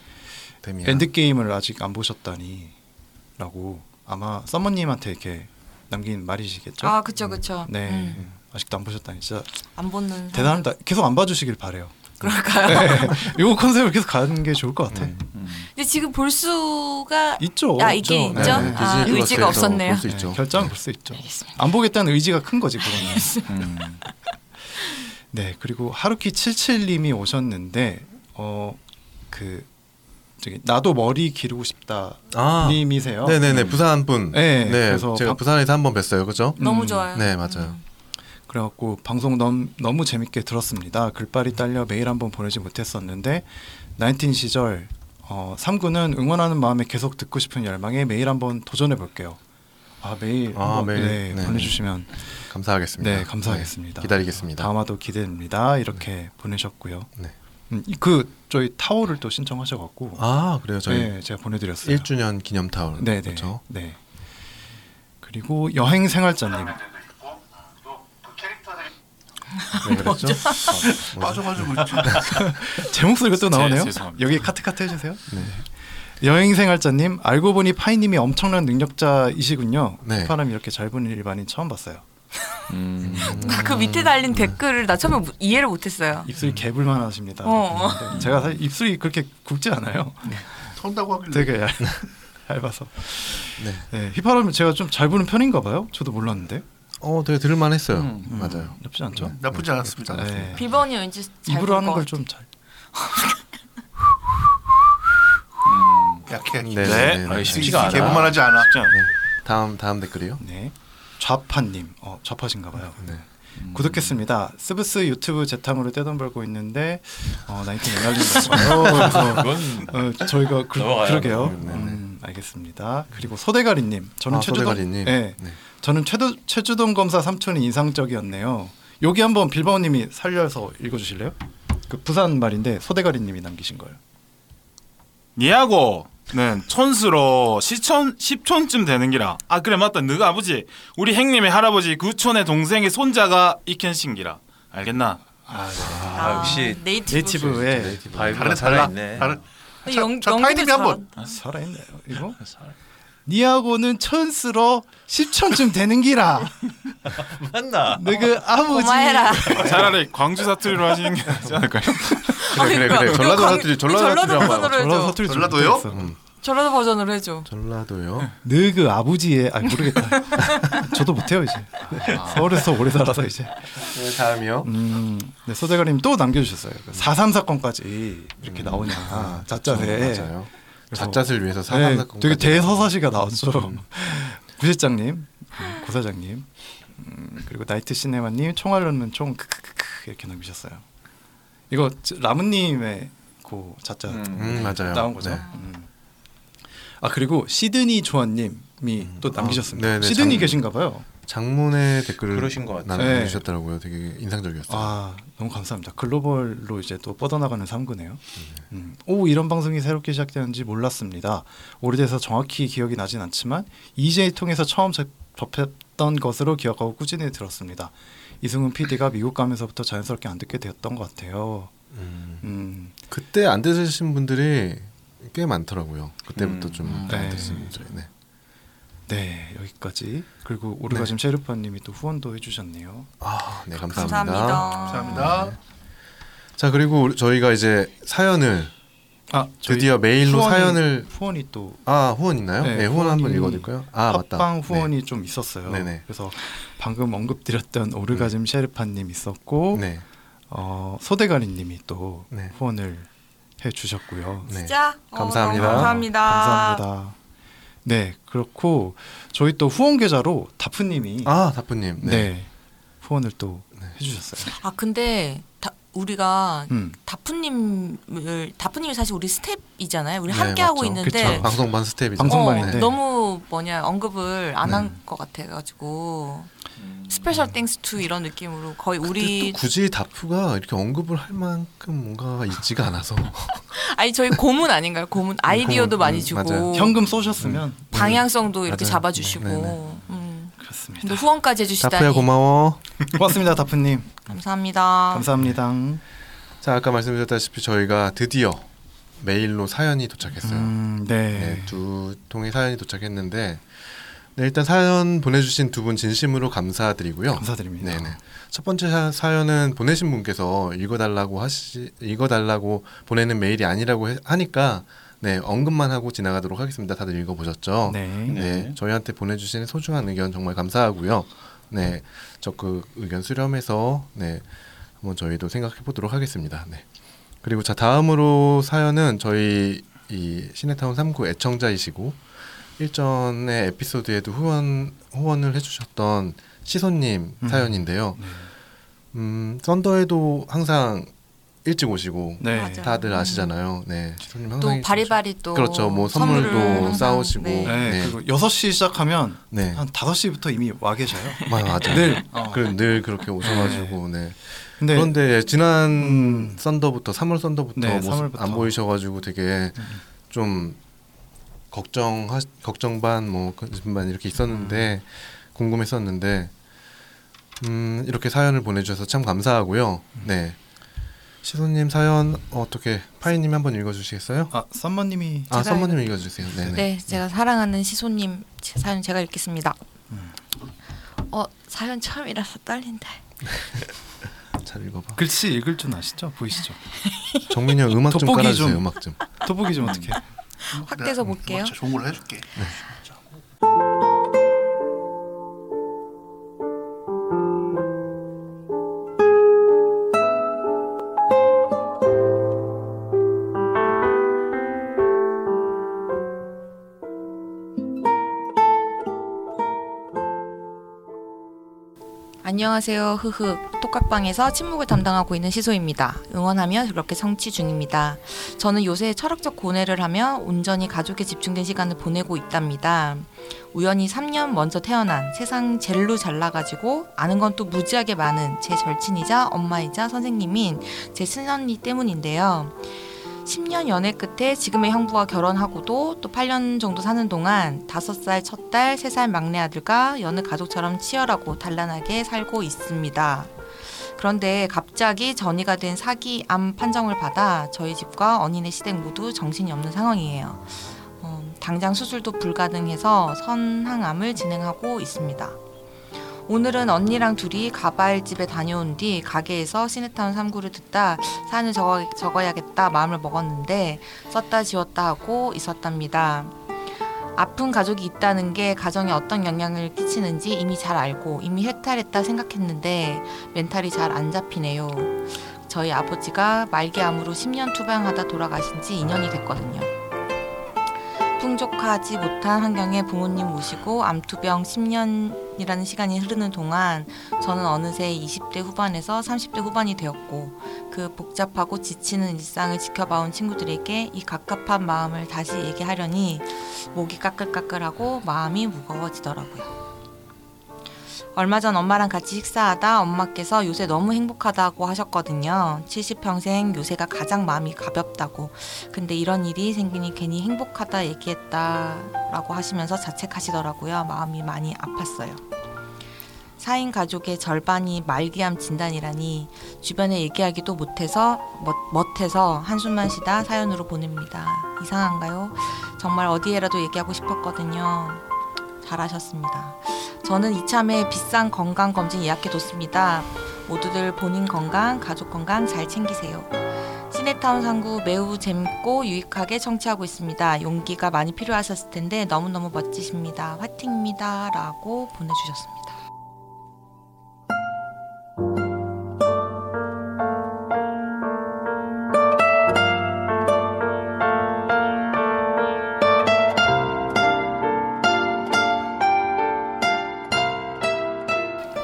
[SPEAKER 1] 데미안.
[SPEAKER 2] 엔드 게임을 아직 안 보셨다니라고 아마 서머님한테 이렇게 남긴 말이시겠죠?
[SPEAKER 4] 아 그쵸 그쵸.
[SPEAKER 2] 네,
[SPEAKER 4] 음,
[SPEAKER 2] 아직도 안 보셨다니 진짜
[SPEAKER 4] 안 보는.
[SPEAKER 2] 대단합니다. 계속 안 봐주시길 바래요.
[SPEAKER 1] 네.
[SPEAKER 2] 네.
[SPEAKER 4] 그럴까요?
[SPEAKER 2] 이거 컨셉을 계속 가는 게 좋을 것 같아.
[SPEAKER 1] 음.
[SPEAKER 4] 근데 지금 볼 수가
[SPEAKER 2] 있죠.
[SPEAKER 4] 아 이게
[SPEAKER 2] 없죠.
[SPEAKER 4] 있죠.
[SPEAKER 1] 네, 네.
[SPEAKER 4] 아,
[SPEAKER 1] 디즈니
[SPEAKER 4] 의지가
[SPEAKER 1] 플러스에서
[SPEAKER 4] 없었네요.
[SPEAKER 1] 볼수 있죠.
[SPEAKER 2] 결정은 볼수 있죠.
[SPEAKER 4] 알겠습니다.
[SPEAKER 2] 안 보겠다는 의지가 큰 거지 그거는.
[SPEAKER 5] 음.
[SPEAKER 6] 음.
[SPEAKER 2] 네 그리고 하루키 77님이 오셨는데 어, 어그 저기 나도 머리 기르고 싶다
[SPEAKER 1] 아,
[SPEAKER 2] 님이세요.
[SPEAKER 1] 네네네 부산 분.
[SPEAKER 2] 네,
[SPEAKER 1] 네.
[SPEAKER 2] 그래서
[SPEAKER 1] 제가
[SPEAKER 2] 방-
[SPEAKER 1] 부산에서 한 번 뵀어요. 그죠?
[SPEAKER 4] 너무
[SPEAKER 2] 음,
[SPEAKER 4] 좋아요.
[SPEAKER 1] 네 맞아요.
[SPEAKER 2] 그래갖고 방송 너무, 너무 재밌게 들었습니다. 글빨이 딸려 매일 한번 보내지 못했었는데 19 시절 어, 3구는 응원하는 마음에 계속 듣고 싶은 열망에 매일 한번 도전해 볼게요. 아 매일
[SPEAKER 1] 아,
[SPEAKER 2] 한번,
[SPEAKER 1] 매일.
[SPEAKER 2] 네,
[SPEAKER 1] 네.
[SPEAKER 2] 보내주시면
[SPEAKER 1] 감사하겠습니다.
[SPEAKER 2] 네 감사하겠습니다.
[SPEAKER 1] 네, 기다리겠습니다.
[SPEAKER 2] 다음화도 기대됩니다. 이렇게 보내셨고요.
[SPEAKER 1] 네.
[SPEAKER 2] 음, 이- 그 저희 타올을 또 신청하셔갖고
[SPEAKER 1] 아 그래요 저희
[SPEAKER 2] 네 제가 보내드렸어요.
[SPEAKER 1] 1주년 기념 타올.
[SPEAKER 2] 네네
[SPEAKER 1] 그렇죠.
[SPEAKER 2] 네. 그리고 여행 생활자님 아,
[SPEAKER 1] 왜 네, 그랬죠?
[SPEAKER 7] 빠져가지고
[SPEAKER 2] 제 목소리가 또
[SPEAKER 5] 제-
[SPEAKER 2] 나오네요.
[SPEAKER 5] 죄송합니다.
[SPEAKER 2] 여기 카트카트 해주세요.
[SPEAKER 1] 네.
[SPEAKER 2] 여행생활자님 알고 보니 파이님이 엄청난 능력자이시군요.
[SPEAKER 1] 네.
[SPEAKER 2] 파람 이렇게 잘 보는 일반인 처음 봤어요.
[SPEAKER 1] 음.
[SPEAKER 4] 그 밑에 달린 댓글을 나 처음에 무- 이해를 못했어요.
[SPEAKER 1] 음.
[SPEAKER 2] 입술이 개불만 하십니다.
[SPEAKER 4] 어.
[SPEAKER 2] 근데 제가 사실 입술이 그렇게 굵지 않아요.
[SPEAKER 7] 턴다고 하길래
[SPEAKER 2] 되게 얇, 얇아서.
[SPEAKER 1] 네.
[SPEAKER 2] 네, 휘파람은 제가 좀 잘 보는 편인가 봐요. 저도 몰랐는데
[SPEAKER 1] 어 되게 들을만했어요.
[SPEAKER 2] 음,
[SPEAKER 1] 맞아요.
[SPEAKER 2] 나쁘지 않죠.
[SPEAKER 1] 네,
[SPEAKER 7] 나쁘지 않았습니다.
[SPEAKER 6] 음.
[SPEAKER 2] 네.
[SPEAKER 4] 빌번이 왠지 잘
[SPEAKER 2] 입으로
[SPEAKER 4] 볼
[SPEAKER 2] 하는
[SPEAKER 4] 것
[SPEAKER 2] 걸
[SPEAKER 4] 같아.
[SPEAKER 2] 좀 잘.
[SPEAKER 7] 약해.
[SPEAKER 1] 네,
[SPEAKER 5] 네.
[SPEAKER 1] 네.
[SPEAKER 6] 쉽지가 않아.
[SPEAKER 7] 개봉만 하지 않아.
[SPEAKER 1] 다음 다음 댓글이요.
[SPEAKER 2] 네. 좌파님, 어 좌파신가 봐요.
[SPEAKER 1] 네.
[SPEAKER 2] 구독했습니다. 스브스 유튜브 재탕으로 떼돈 벌고 있는데 어 나인틴 날린다고요. 그래서 어, 저희가 그,
[SPEAKER 6] 넘어가요.
[SPEAKER 2] 그러게요. 음, 알겠습니다. 그리고 소대가리님, 저는
[SPEAKER 1] 아,
[SPEAKER 2] 최주동,
[SPEAKER 1] 소대가리님.
[SPEAKER 2] 네,
[SPEAKER 1] 네.
[SPEAKER 2] 저는 최도, 최주동 검사 삼촌이 인상적이었네요. 여기 한번 빌바오님이 살려서 읽어주실래요? 그 부산 말인데 소대가리님이 남기신 거예요.
[SPEAKER 5] 니하고는 촌수로 시촌 십촌쯤 되는 기라. 아 그래 맞다. 너가 아버지 우리 행님의 할아버지 구촌의 동생의 손자가 이켄신기라. 알겠나?
[SPEAKER 4] 아,
[SPEAKER 6] 역시
[SPEAKER 4] 네이티브.
[SPEAKER 2] 네이티브에
[SPEAKER 6] 바이브가
[SPEAKER 7] 다른 달라.
[SPEAKER 6] 살아있네.
[SPEAKER 7] 다른
[SPEAKER 4] 아,
[SPEAKER 7] 자,
[SPEAKER 4] 영-
[SPEAKER 7] 자,
[SPEAKER 4] 연기도
[SPEAKER 7] 타이님이 한번.
[SPEAKER 4] 잘한다.
[SPEAKER 2] 살아있네요. 이거 니하고는 천스러 십천쯤 되는 기라. 네,
[SPEAKER 6] 맞나?
[SPEAKER 2] 너그 아버지
[SPEAKER 4] 고마해라.
[SPEAKER 5] 차라리 광주 사투리로 하시는 게 낫지 않을까요?
[SPEAKER 1] 그래, 그래, 그래.
[SPEAKER 4] 이거
[SPEAKER 1] 전라도
[SPEAKER 4] 광-
[SPEAKER 1] 사투리, 전라도
[SPEAKER 4] 이거
[SPEAKER 1] 사투리 한번
[SPEAKER 4] 전라도 버전으로 해줘.
[SPEAKER 2] 사투리 좀
[SPEAKER 7] 전라도요?
[SPEAKER 2] 못하겠어.
[SPEAKER 4] 전라도 버전으로 해줘.
[SPEAKER 1] 음,
[SPEAKER 2] 네.
[SPEAKER 1] 전라도요.
[SPEAKER 2] 너그 아버지의 아 모르겠다. 저도 못해요 이제 서울에서 오래 살아서 이제.
[SPEAKER 6] 그
[SPEAKER 1] 네, 다음이요.
[SPEAKER 2] 음, 네, 소대가님 또 남겨주셨어요. 4.3 사건까지 이렇게 나오냐 자짜세.
[SPEAKER 1] 음. 아, 맞아요.
[SPEAKER 2] 그래서-
[SPEAKER 1] 자잣을 위해서 사람
[SPEAKER 2] 네,
[SPEAKER 1] 사건.
[SPEAKER 2] 되게 대서사시가 나왔죠.
[SPEAKER 1] 음.
[SPEAKER 2] 부실장님, 음, 고사장님, 음, 그리고 나이트 시네마님, 총알 넣는 총 크크크크 이렇게 남기셨어요. 이거 저- 라무님의 그 자짜
[SPEAKER 1] 음 맞아요.
[SPEAKER 2] 나온 거죠.
[SPEAKER 1] 네.
[SPEAKER 2] 음. 아 그리고 시드니 조아님이 또 남기셨습니다.
[SPEAKER 1] 아, 네네,
[SPEAKER 2] 시드니
[SPEAKER 1] 장-
[SPEAKER 2] 계신가봐요.
[SPEAKER 1] 장문의 댓글을
[SPEAKER 6] 그러신 것 같아요.
[SPEAKER 1] 남겨주셨더라고요. 되게 인상적이었어요.
[SPEAKER 2] 네. 아 너무 감사합니다. 글로벌로 이제 또 뻗어나가는 삼구네요. 음, 오 이런 방송이 새롭게 시작되는지 몰랐습니다. 오래돼서 정확히 기억이 나진 않지만 EJ 통해서 처음 접- 접했던 것으로 기억하고 꾸준히 들었습니다. 이승훈 PD가 미국 가면서부터 자연스럽게 안 듣게 되었던 것 같아요.
[SPEAKER 1] 음.
[SPEAKER 2] 음,
[SPEAKER 1] 그때 안 드신 분들이 꽤 많더라고요. 그때부터 좀
[SPEAKER 2] 음. 네.
[SPEAKER 1] 안 드신 분들. 네.
[SPEAKER 2] 네 여기까지 그리고 오르가즘 셰르파님이 또 후원도 해주셨네요.
[SPEAKER 1] 아, 네 감사합니다.
[SPEAKER 4] 감사합니다.
[SPEAKER 1] 네.
[SPEAKER 7] 감사합니다.
[SPEAKER 1] 자 그리고 우리- 저희가 이제 사연을
[SPEAKER 2] 아 저희
[SPEAKER 1] 드디어 메일로
[SPEAKER 2] 후원이-
[SPEAKER 1] 사연을
[SPEAKER 2] 후원이 또
[SPEAKER 1] 아 후원 있나요?
[SPEAKER 2] 네,
[SPEAKER 1] 네, 후원 한번
[SPEAKER 2] 후원이-
[SPEAKER 1] 읽어드릴까요? 아 맞다.
[SPEAKER 2] 팟빵
[SPEAKER 1] 네.
[SPEAKER 2] 후원이 좀 있었어요.
[SPEAKER 1] 네네. 음.
[SPEAKER 2] 그래서 방금 언급드렸던 오르가즘 셰르파님 있었고
[SPEAKER 1] 네.
[SPEAKER 2] 어, 소대가리님이 또
[SPEAKER 1] 네.
[SPEAKER 2] 후원을 해주셨고요.
[SPEAKER 1] 네.
[SPEAKER 4] 진짜 어,
[SPEAKER 1] 감사합니다.
[SPEAKER 4] 너무 감사합니다.
[SPEAKER 2] 감사합니다. 네 그렇고 저희 또 후원 계좌로 다프님이
[SPEAKER 1] 아 다프님.
[SPEAKER 2] 네.
[SPEAKER 1] 네.
[SPEAKER 2] 후원을 또 해주셨어요.
[SPEAKER 4] 아 근데 다, 우리가
[SPEAKER 2] 음.
[SPEAKER 4] 다프님을 다프님이 사실 우리 스텝이잖아요. 우리
[SPEAKER 1] 네,
[SPEAKER 4] 함께 하고
[SPEAKER 1] 맞죠.
[SPEAKER 4] 있는데 어,
[SPEAKER 2] 그쵸.
[SPEAKER 1] 방송반 스텝이죠.
[SPEAKER 2] 방송반인데.
[SPEAKER 1] 네.
[SPEAKER 4] 너무 뭐냐 언급을 안 한 것 같아가지고 스페셜 땡스 투 이런 느낌으로 거의
[SPEAKER 1] 근데
[SPEAKER 4] 우리
[SPEAKER 1] 또 굳이 다프가 이렇게 언급을 할 만큼 뭔가 있지가 않아서
[SPEAKER 4] 아니 저희 고문 아닌가요? 고문 아이디어도
[SPEAKER 1] 고문,
[SPEAKER 4] 많이
[SPEAKER 1] 음,
[SPEAKER 4] 주고
[SPEAKER 1] 맞아요.
[SPEAKER 2] 현금 쏘셨으면
[SPEAKER 1] 음.
[SPEAKER 4] 방향성도 이렇게
[SPEAKER 1] 맞아요.
[SPEAKER 4] 잡아주시고
[SPEAKER 1] 네, 네.
[SPEAKER 4] 음.
[SPEAKER 2] 그렇습니다.
[SPEAKER 4] 근데 후원까지 해주시다니
[SPEAKER 1] 다프야 고마워.
[SPEAKER 2] 고맙습니다 다프님.
[SPEAKER 4] 감사합니다.
[SPEAKER 2] 감사합니다.
[SPEAKER 1] 네. 자 아까 말씀드렸다시피 저희가 드디어 메일로 사연이 도착했어요.
[SPEAKER 2] 음, 네.
[SPEAKER 1] 네, 두 통의 사연이 도착했는데 네, 일단 사연 보내주신 두 분 진심으로 감사드리고요.
[SPEAKER 2] 감사드립니다.
[SPEAKER 1] 네네. 첫 번째 사- 사연은 보내신 분께서 읽어달라고 하시 읽어달라고 보내는 메일이 아니라고 해- 하니까 네 언급만 하고 지나가도록 하겠습니다. 다들 읽어보셨죠?
[SPEAKER 2] 네.
[SPEAKER 1] 네, 저희한테 보내주신 소중한 의견 정말 감사하고요. 네, 적극 의견 수렴해서 네 한번 저희도 생각해 보도록 하겠습니다. 네. 그리고 자 다음으로 사연은 저희 이 시네타운 3구 애청자이시고 일전의 에피소드에도 후원 후원을 해주셨던 시소님
[SPEAKER 2] 음.
[SPEAKER 1] 사연인데요. 음, 썬더에도 항상 일찍 오시고
[SPEAKER 2] 네. 음.
[SPEAKER 4] 맞아요.
[SPEAKER 1] 다들 아시잖아요. 네, 시소님 항상
[SPEAKER 4] 또
[SPEAKER 1] 일찍
[SPEAKER 4] 바리바리 또
[SPEAKER 1] 그렇죠. 뭐 선물도
[SPEAKER 4] 선물을 항상,
[SPEAKER 1] 싸우시고.
[SPEAKER 4] 네.
[SPEAKER 2] 네,
[SPEAKER 1] 네.
[SPEAKER 2] 그리고 6시 시작하면
[SPEAKER 1] 네.
[SPEAKER 2] 한 5시부터 이미 와 계셔요.
[SPEAKER 1] 맞아, 맞아.
[SPEAKER 2] 늘.
[SPEAKER 1] 그럼 늘 그렇게 오셔가지고 네.
[SPEAKER 2] 근데
[SPEAKER 1] 그런데 지난
[SPEAKER 2] 음.
[SPEAKER 1] 썬더부터 3월 썬더부터
[SPEAKER 2] 네,
[SPEAKER 1] 모습
[SPEAKER 2] 3월부터.
[SPEAKER 1] 안 보이셔가지고 되게 좀 걱정 걱정 반뭐 근심 반 이렇게 있었는데
[SPEAKER 2] 음.
[SPEAKER 1] 궁금했었는데 음, 이렇게 사연을 보내주셔서 참 감사하고요.
[SPEAKER 2] 음.
[SPEAKER 1] 네 시소님 사연 어떻게 파이님 한번 읽어주시겠어요?
[SPEAKER 2] 아, 썸머님이
[SPEAKER 1] 아
[SPEAKER 4] 제가
[SPEAKER 1] 선모님 읽어주세요. 네네.
[SPEAKER 4] 네, 제가 사랑하는 시소님 제 사연 제가 읽겠습니다.
[SPEAKER 1] 음.
[SPEAKER 4] 어 사연 처음이라서 떨린다.
[SPEAKER 1] 잘 읽어봐.
[SPEAKER 2] 글씨 읽을 줄 아시죠? 보이시죠?
[SPEAKER 1] 정민이 형 음악 좀
[SPEAKER 2] 돋보기
[SPEAKER 1] 깔아주세요.
[SPEAKER 2] 좀.
[SPEAKER 1] 음악 좀.
[SPEAKER 2] 돋보기 좀 어떻게?
[SPEAKER 1] 그러니까.
[SPEAKER 4] 확대해서
[SPEAKER 7] 내가
[SPEAKER 4] 볼게요.
[SPEAKER 7] 진짜 네, 음, 좋은 걸 해줄게. 네.
[SPEAKER 4] 안녕하세요. 흐흐. 똑각방에서 침묵을 담당하고 있는 시소입니다. 응원하며 그렇게 성취 중입니다. 저는 요새 철학적 고뇌를 하며 온전히 가족에 집중된 시간을 보내고 있답니다. 우연히 3년 먼저 태어난 세상 젤로 잘나가지고 아는 건 또 무지하게 많은 제 절친이자 엄마이자 선생님인 제 친언니 때문인데요. 10년 연애 끝에 지금의 형부와 결혼하고도 또 8년 정도 사는 동안 5살 첫 딸, 3살 막내 아들과 여느 가족처럼 치열하고 단란하게 살고 있습니다. 그런데 갑자기 전이가 된 사기 암 판정을 받아 저희 집과 언니네 시댁 모두 정신이 없는 상황이에요. 어, 당장 수술도 불가능해서 선항암을 진행하고 있습니다. 오늘은 언니랑 둘이 가발집에 다녀온 뒤 가게에서 시네타운 3구를 듣다 사연을 적어, 적어야겠다 마음을 먹었는데 썼다 지웠다 하고 있었답니다. 아픈 가족이 있다는 게 가정에 어떤 영향을 끼치는지 이미 잘 알고 이미 해탈했다 생각했는데 멘탈이 잘 안 잡히네요. 저희 아버지가 말기암으로 10년 투병하다 돌아가신 지 2년이 됐거든요. 풍족하지 못한 환경에 부모님 모시고 암투병 10년이라는 시간이 흐르는 동안 저는 어느새 20대 후반에서 30대 후반이 되었고 그 복잡하고 지치는 일상을 지켜봐온 친구들에게 이 갑갑한 마음을 다시 얘기하려니 목이 까끌까끌하고 마음이 무거워지더라고요. 얼마 전 엄마랑 같이 식사하다 엄마께서 요새 너무 행복하다고 하셨거든요. 70평생 요새가 가장 마음이 가볍다고. 근데 이런 일이 생기니 괜히 행복하다 얘기했다라고 하시면서 자책하시더라고요. 마음이 많이 아팠어요. 4인 가족의 절반이 말기암 진단이라니 주변에 얘기하기도 못해서 멋, 멋해서 한숨만 쉬다 사연으로 보냅니다. 이상한가요? 정말 어디에라도 얘기하고 싶었거든요. 잘하셨습니다. 저는 이참에 비싼 건강 검진 예약해뒀습니다. 모두들 본인 건강, 가족 건강 잘 챙기세요. 시네타운 상구 매우 재밌고 유익하게 청취하고 있습니다. 용기가 많이 필요하셨을 텐데 너무너무 멋지십니다. 화팅입니다. 라고 보내주셨습니다.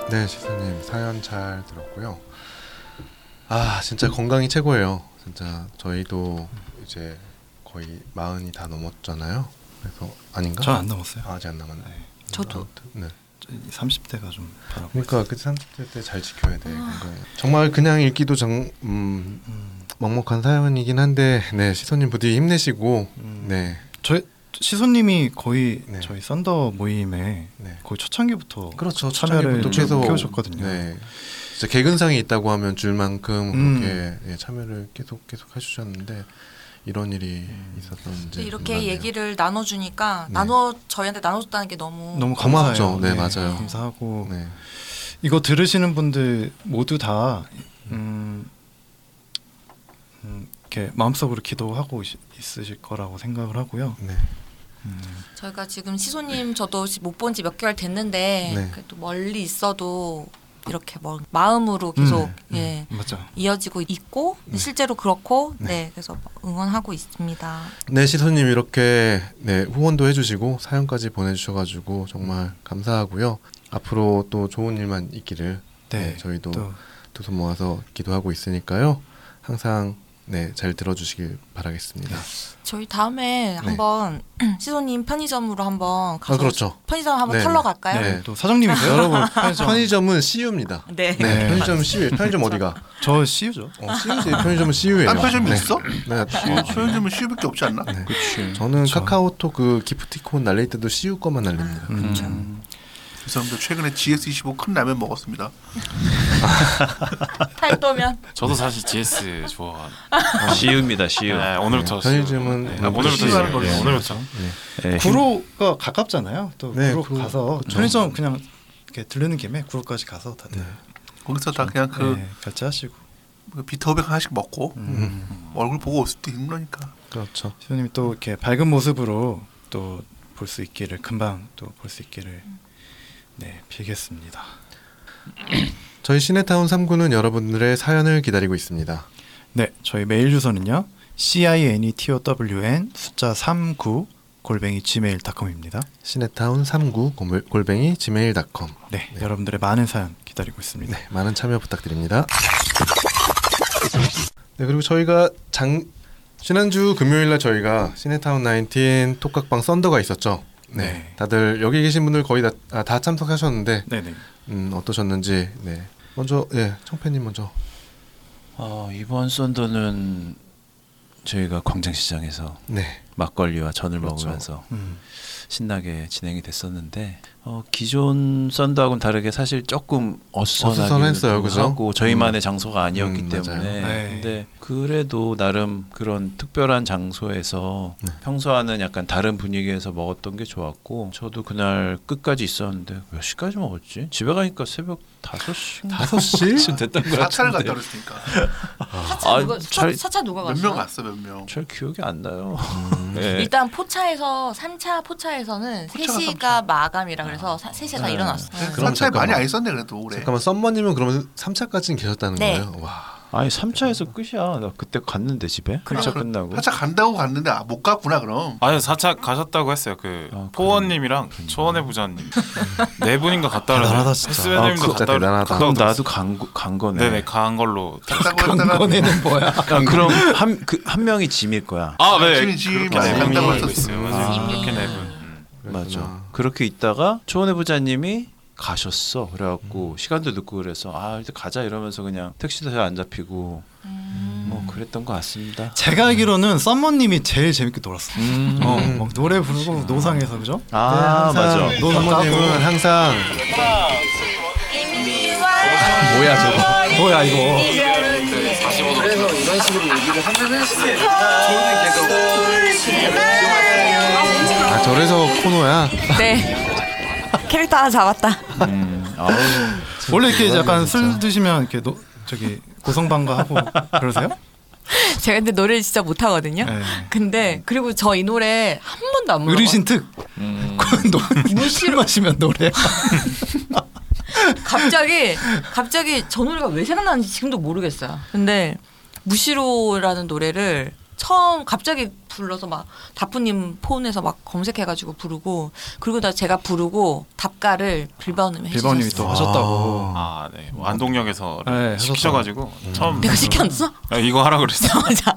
[SPEAKER 1] 네, 시사님 사연 잘 들었고요. 아, 진짜 건강이 최고예요. 진짜 저희도 이제 거의 마흔이 다 넘었잖아요. 그래서 아닌가?
[SPEAKER 2] 전안 넘었어요.
[SPEAKER 1] 아, 아직 안 남았네.
[SPEAKER 4] 저도.
[SPEAKER 1] 아무튼, 네.
[SPEAKER 2] 30대가 좀 바라고.
[SPEAKER 1] 그러니까 그 30대 때 잘 지켜야 돼.
[SPEAKER 4] 아.
[SPEAKER 1] 건강. 정말 그냥 읽기도 정 음,
[SPEAKER 2] 음.
[SPEAKER 1] 먹먹한 사연이긴 한데 네, 시선님 부디 힘내시고
[SPEAKER 2] 음.
[SPEAKER 1] 네.
[SPEAKER 2] 저희 시소님이 거의
[SPEAKER 1] 네.
[SPEAKER 2] 저희 썬더 모임에
[SPEAKER 1] 네.
[SPEAKER 2] 거의 초창기부터
[SPEAKER 1] 그렇죠.
[SPEAKER 2] 참여를
[SPEAKER 1] 초창기부터
[SPEAKER 2] 계속
[SPEAKER 1] 계속
[SPEAKER 2] 키워줬거든요.
[SPEAKER 1] 네. 진짜 개근상이 있다고 하면 줄 만큼
[SPEAKER 2] 음.
[SPEAKER 1] 그렇게 예, 참여를 계속 계속 해주셨는데 이런 일이
[SPEAKER 2] 음.
[SPEAKER 1] 있었던지
[SPEAKER 4] 이렇게
[SPEAKER 1] 몰랐네요.
[SPEAKER 4] 얘기를 나눠주니까
[SPEAKER 1] 네.
[SPEAKER 4] 나눠 저희한테 나눠줬다는 게 너무
[SPEAKER 2] 너무
[SPEAKER 1] 고맙죠.
[SPEAKER 2] 감사해요.
[SPEAKER 1] 네, 맞아요.
[SPEAKER 2] 감사하고
[SPEAKER 1] 네.
[SPEAKER 2] 이거 들으시는 분들 모두 다 음, 음, 이렇게 마음속으로 기도하고 있- 있으실 거라고 생각을 하고요.
[SPEAKER 1] 네.
[SPEAKER 4] 저희가 지금 시소님 저도 못 본 지 몇 개월 됐는데
[SPEAKER 1] 네.
[SPEAKER 4] 그래도 멀리 있어도 이렇게 뭐 마음으로 계속
[SPEAKER 2] 네.
[SPEAKER 4] 예
[SPEAKER 1] 음,
[SPEAKER 2] 맞죠.
[SPEAKER 4] 이어지고 있고 실제로 그렇고 네. 그래서 응원하고 있습니다.
[SPEAKER 1] 네, 시선님 이렇게 네, 후원도 해주시고 사연까지 보내주셔가지고 정말 감사하고요. 앞으로 또 좋은 일만 있기를
[SPEAKER 2] 네,
[SPEAKER 1] 네, 저희도
[SPEAKER 2] 또
[SPEAKER 1] 두 손 모아서 기도하고 있으니까요. 항상 네, 잘 들어주시길 바라겠습니다.
[SPEAKER 2] 네.
[SPEAKER 4] 저희 다음에 한번 시소님 편의점으로 한번 가서
[SPEAKER 1] 아, 그렇죠.
[SPEAKER 4] 편의점 한번
[SPEAKER 1] 네.
[SPEAKER 4] 털러 갈까요?
[SPEAKER 1] 네.
[SPEAKER 2] 또 사장님이세요?
[SPEAKER 1] 여러분 편의점은 CU입니다.
[SPEAKER 4] 네.
[SPEAKER 1] 네,
[SPEAKER 2] 네.
[SPEAKER 1] 편의점 CU. 편의점 어디가?
[SPEAKER 2] 저 CU죠.
[SPEAKER 1] 어, CU지. 편의점은 CU예요.
[SPEAKER 7] 딴 편의점이
[SPEAKER 1] 네.
[SPEAKER 7] 있어? 아,
[SPEAKER 1] 네.
[SPEAKER 7] 편의점은 슈밖에 없지 않나?
[SPEAKER 6] 그치.
[SPEAKER 1] 저는
[SPEAKER 2] 그쵸.
[SPEAKER 1] 카카오톡 그 기프티콘 날릴 때도 CU 것만 날립니다.
[SPEAKER 2] 아,
[SPEAKER 1] 음.
[SPEAKER 4] 그렇죠.
[SPEAKER 7] 이 사람도 최근에 GS25 큰 라면 먹었습니다.
[SPEAKER 4] 탈도면
[SPEAKER 5] 저도 사실 GS 좋아하는.
[SPEAKER 3] 시유입니다. 시유.
[SPEAKER 5] 네, 오늘부터
[SPEAKER 1] 네, 편의점은
[SPEAKER 5] 네,
[SPEAKER 1] 오늘부터
[SPEAKER 5] 아, 오늘부터
[SPEAKER 1] 시작을
[SPEAKER 5] 시작하는 거예요.
[SPEAKER 1] 해요.
[SPEAKER 5] 오늘부터.
[SPEAKER 2] 네.
[SPEAKER 3] 예, 힘-
[SPEAKER 2] 구로가 가깝잖아요. 또
[SPEAKER 1] 네,
[SPEAKER 2] 구로
[SPEAKER 1] 구로.
[SPEAKER 2] 가서 편의점 그냥 이렇게 들르는 김에 구로까지 가서 다들
[SPEAKER 1] 네.
[SPEAKER 7] 거기서 다 그냥 그
[SPEAKER 2] 네, 결제하시고.
[SPEAKER 7] 비터백 하나씩 먹고
[SPEAKER 2] 음.
[SPEAKER 7] 얼굴 보고 없을 때 있는 거니까.
[SPEAKER 1] 그렇죠.
[SPEAKER 2] 시소님이 또 이렇게 밝은 모습으로 또 볼 수 있기를 금방 또 볼 수 있기를 네 빌겠습니다.
[SPEAKER 1] 저희 시네타운 3구는 여러분들의 사연을 기다리고 있습니다.
[SPEAKER 2] 네, 저희 메일 주소는요. e cineton 숫자 39 골뱅이 gmail.com입니다.
[SPEAKER 1] 시네타운 3구 골뱅이 gmail.com
[SPEAKER 2] 네, 여러분들의 많은 사연 기다리고 있습니다.
[SPEAKER 1] 네, 많은 참여 부탁드립니다. 네, 그리고 저희가 장 지난주 금요일 날 저희가 시네타운 19 톡각방 썬더가 있었죠. 네.
[SPEAKER 2] 네.
[SPEAKER 1] 다들 여기 계신 분들 거의 다, 아, 다 참석하셨는데
[SPEAKER 2] 네, 네.
[SPEAKER 1] 음, 어떠셨는지 네. 먼저 예, 청패님 먼저.
[SPEAKER 6] 어, 이번 썬더는 저희가 광장시장에서
[SPEAKER 1] 네.
[SPEAKER 6] 막걸리와 전을
[SPEAKER 1] 그렇죠.
[SPEAKER 6] 먹으면서
[SPEAKER 2] 음.
[SPEAKER 6] 신나게 진행이 됐었는데 어, 기존 썬더하고는 다르게 사실 조금
[SPEAKER 1] 어수선했어요,
[SPEAKER 6] 어수선하기도
[SPEAKER 1] 그죠?
[SPEAKER 6] 하고 저희만의 장소가 아니었기
[SPEAKER 1] 음, 맞아요.
[SPEAKER 6] 때문에
[SPEAKER 2] 네.
[SPEAKER 6] 근데 그래도 나름 그런 특별한 장소에서
[SPEAKER 1] 네.
[SPEAKER 6] 평소와는 약간 다른 분위기에서 먹었던 게 좋았고 저도 그날 끝까지 있었는데 몇 시까지 먹었지? 집에 가니까 새벽 5시
[SPEAKER 1] 5시?
[SPEAKER 6] 됐던 것
[SPEAKER 7] 사찰
[SPEAKER 6] 같은데
[SPEAKER 7] 갔다 그랬으니까
[SPEAKER 4] 사차
[SPEAKER 6] 아,
[SPEAKER 4] 누가
[SPEAKER 6] 잘-
[SPEAKER 4] 사, 차 누가
[SPEAKER 7] 몇 명
[SPEAKER 4] 갔어?
[SPEAKER 7] 갔어 몇 명.
[SPEAKER 6] 잘 기억이 안 나요.
[SPEAKER 1] 음.
[SPEAKER 6] 네.
[SPEAKER 4] 일단 포차에서 3차 포차에서는
[SPEAKER 7] 포차가
[SPEAKER 4] 3시가 마감이라 그래서 3시에 다
[SPEAKER 6] 네.
[SPEAKER 4] 일어났어.
[SPEAKER 1] 그럼
[SPEAKER 7] 사찰 많이
[SPEAKER 1] 잠깐만.
[SPEAKER 7] 안 있었네 그래도 올해.
[SPEAKER 1] 잠깐만 썸머님은 그러면 3차까지는 계셨다는
[SPEAKER 4] 네.
[SPEAKER 1] 거예요. 와.
[SPEAKER 6] 아니 3차에서 끝이야. 나 그때 갔는데 집에.
[SPEAKER 7] 그래요?
[SPEAKER 6] 3차 끝나고.
[SPEAKER 7] 사찰 간다고 갔는데 아, 못 갔구나 그럼.
[SPEAKER 5] 아니 4차 가셨다고 했어요. 그
[SPEAKER 6] 아,
[SPEAKER 5] 포원님이랑 초원의 부자님 네 분님과 갔다 그래서
[SPEAKER 2] 대단하다, 진짜.
[SPEAKER 5] 스웨님도
[SPEAKER 1] 아,
[SPEAKER 5] 갔다
[SPEAKER 1] 진짜
[SPEAKER 5] 그래-
[SPEAKER 1] 대단하다.
[SPEAKER 5] 갔다
[SPEAKER 6] 그럼
[SPEAKER 5] 그래서-
[SPEAKER 6] 나도 간, 거- 간 거네.
[SPEAKER 5] 네네 간 걸로
[SPEAKER 7] 갔다고 했다가
[SPEAKER 6] 뭐야? 그럼 한 그 한 명이 짐일 거야.
[SPEAKER 5] 아네
[SPEAKER 7] 지금 지금
[SPEAKER 1] 많이
[SPEAKER 5] 간다고
[SPEAKER 7] 갔다고
[SPEAKER 5] 알고 있어요.
[SPEAKER 7] 했었어요.
[SPEAKER 5] 맞아요.
[SPEAKER 4] 아.
[SPEAKER 5] 그렇게 네 분. 음.
[SPEAKER 6] 맞아. 그렇게 있다가 초원의 부자님이 가셨어. 그래갖고 시간도 늦고 그래서 아 일단 가자 이러면서 그냥 택시도 잘 안 잡히고 뭐 그랬던 것 같습니다.
[SPEAKER 2] 제가 알기로는 썸머님이 제일 재밌게 놀았어요.
[SPEAKER 6] 음.
[SPEAKER 2] 어, 막 노래 부르고 노상에서 그죠? 네,
[SPEAKER 6] 아 맞아.
[SPEAKER 1] 항상 썸머님은 항상 뭐야 저거.
[SPEAKER 2] 뭐야 이거?
[SPEAKER 1] 아, 저래서 코너야.
[SPEAKER 4] 네. 캐릭터 하나 잡았다.
[SPEAKER 6] 음, 아우
[SPEAKER 2] 원래 이렇게 약간 술 드시면 이렇게 노, 저기 고성방가 하고 그러세요?
[SPEAKER 4] 제가 근데 노래를 진짜 못하거든요.
[SPEAKER 2] 네.
[SPEAKER 4] 근데 그리고 저 이 노래 한 번도 안 불러.
[SPEAKER 2] 의리신 특. 그건 노- 술 마시면 노래.
[SPEAKER 4] 갑자기 갑자기 저 노래가 왜 생각나는지 지금도 모르겠어요. 근데 무시로라는 노래를 처음 갑자기 불러서 막 다프님 폰에서 막 검색해가지고 부르고 그리고 나 제가 부르고 답가를 빌바오님이
[SPEAKER 2] 빌바오님이
[SPEAKER 4] 해주셨어요.
[SPEAKER 2] 또 하셨다고.
[SPEAKER 5] 아, 네. 뭐 안동역에서
[SPEAKER 2] 네,
[SPEAKER 5] 시키셔가지고 처음
[SPEAKER 4] 내가 시켰어?
[SPEAKER 5] 아, 이거 하라 그랬어.
[SPEAKER 4] 자,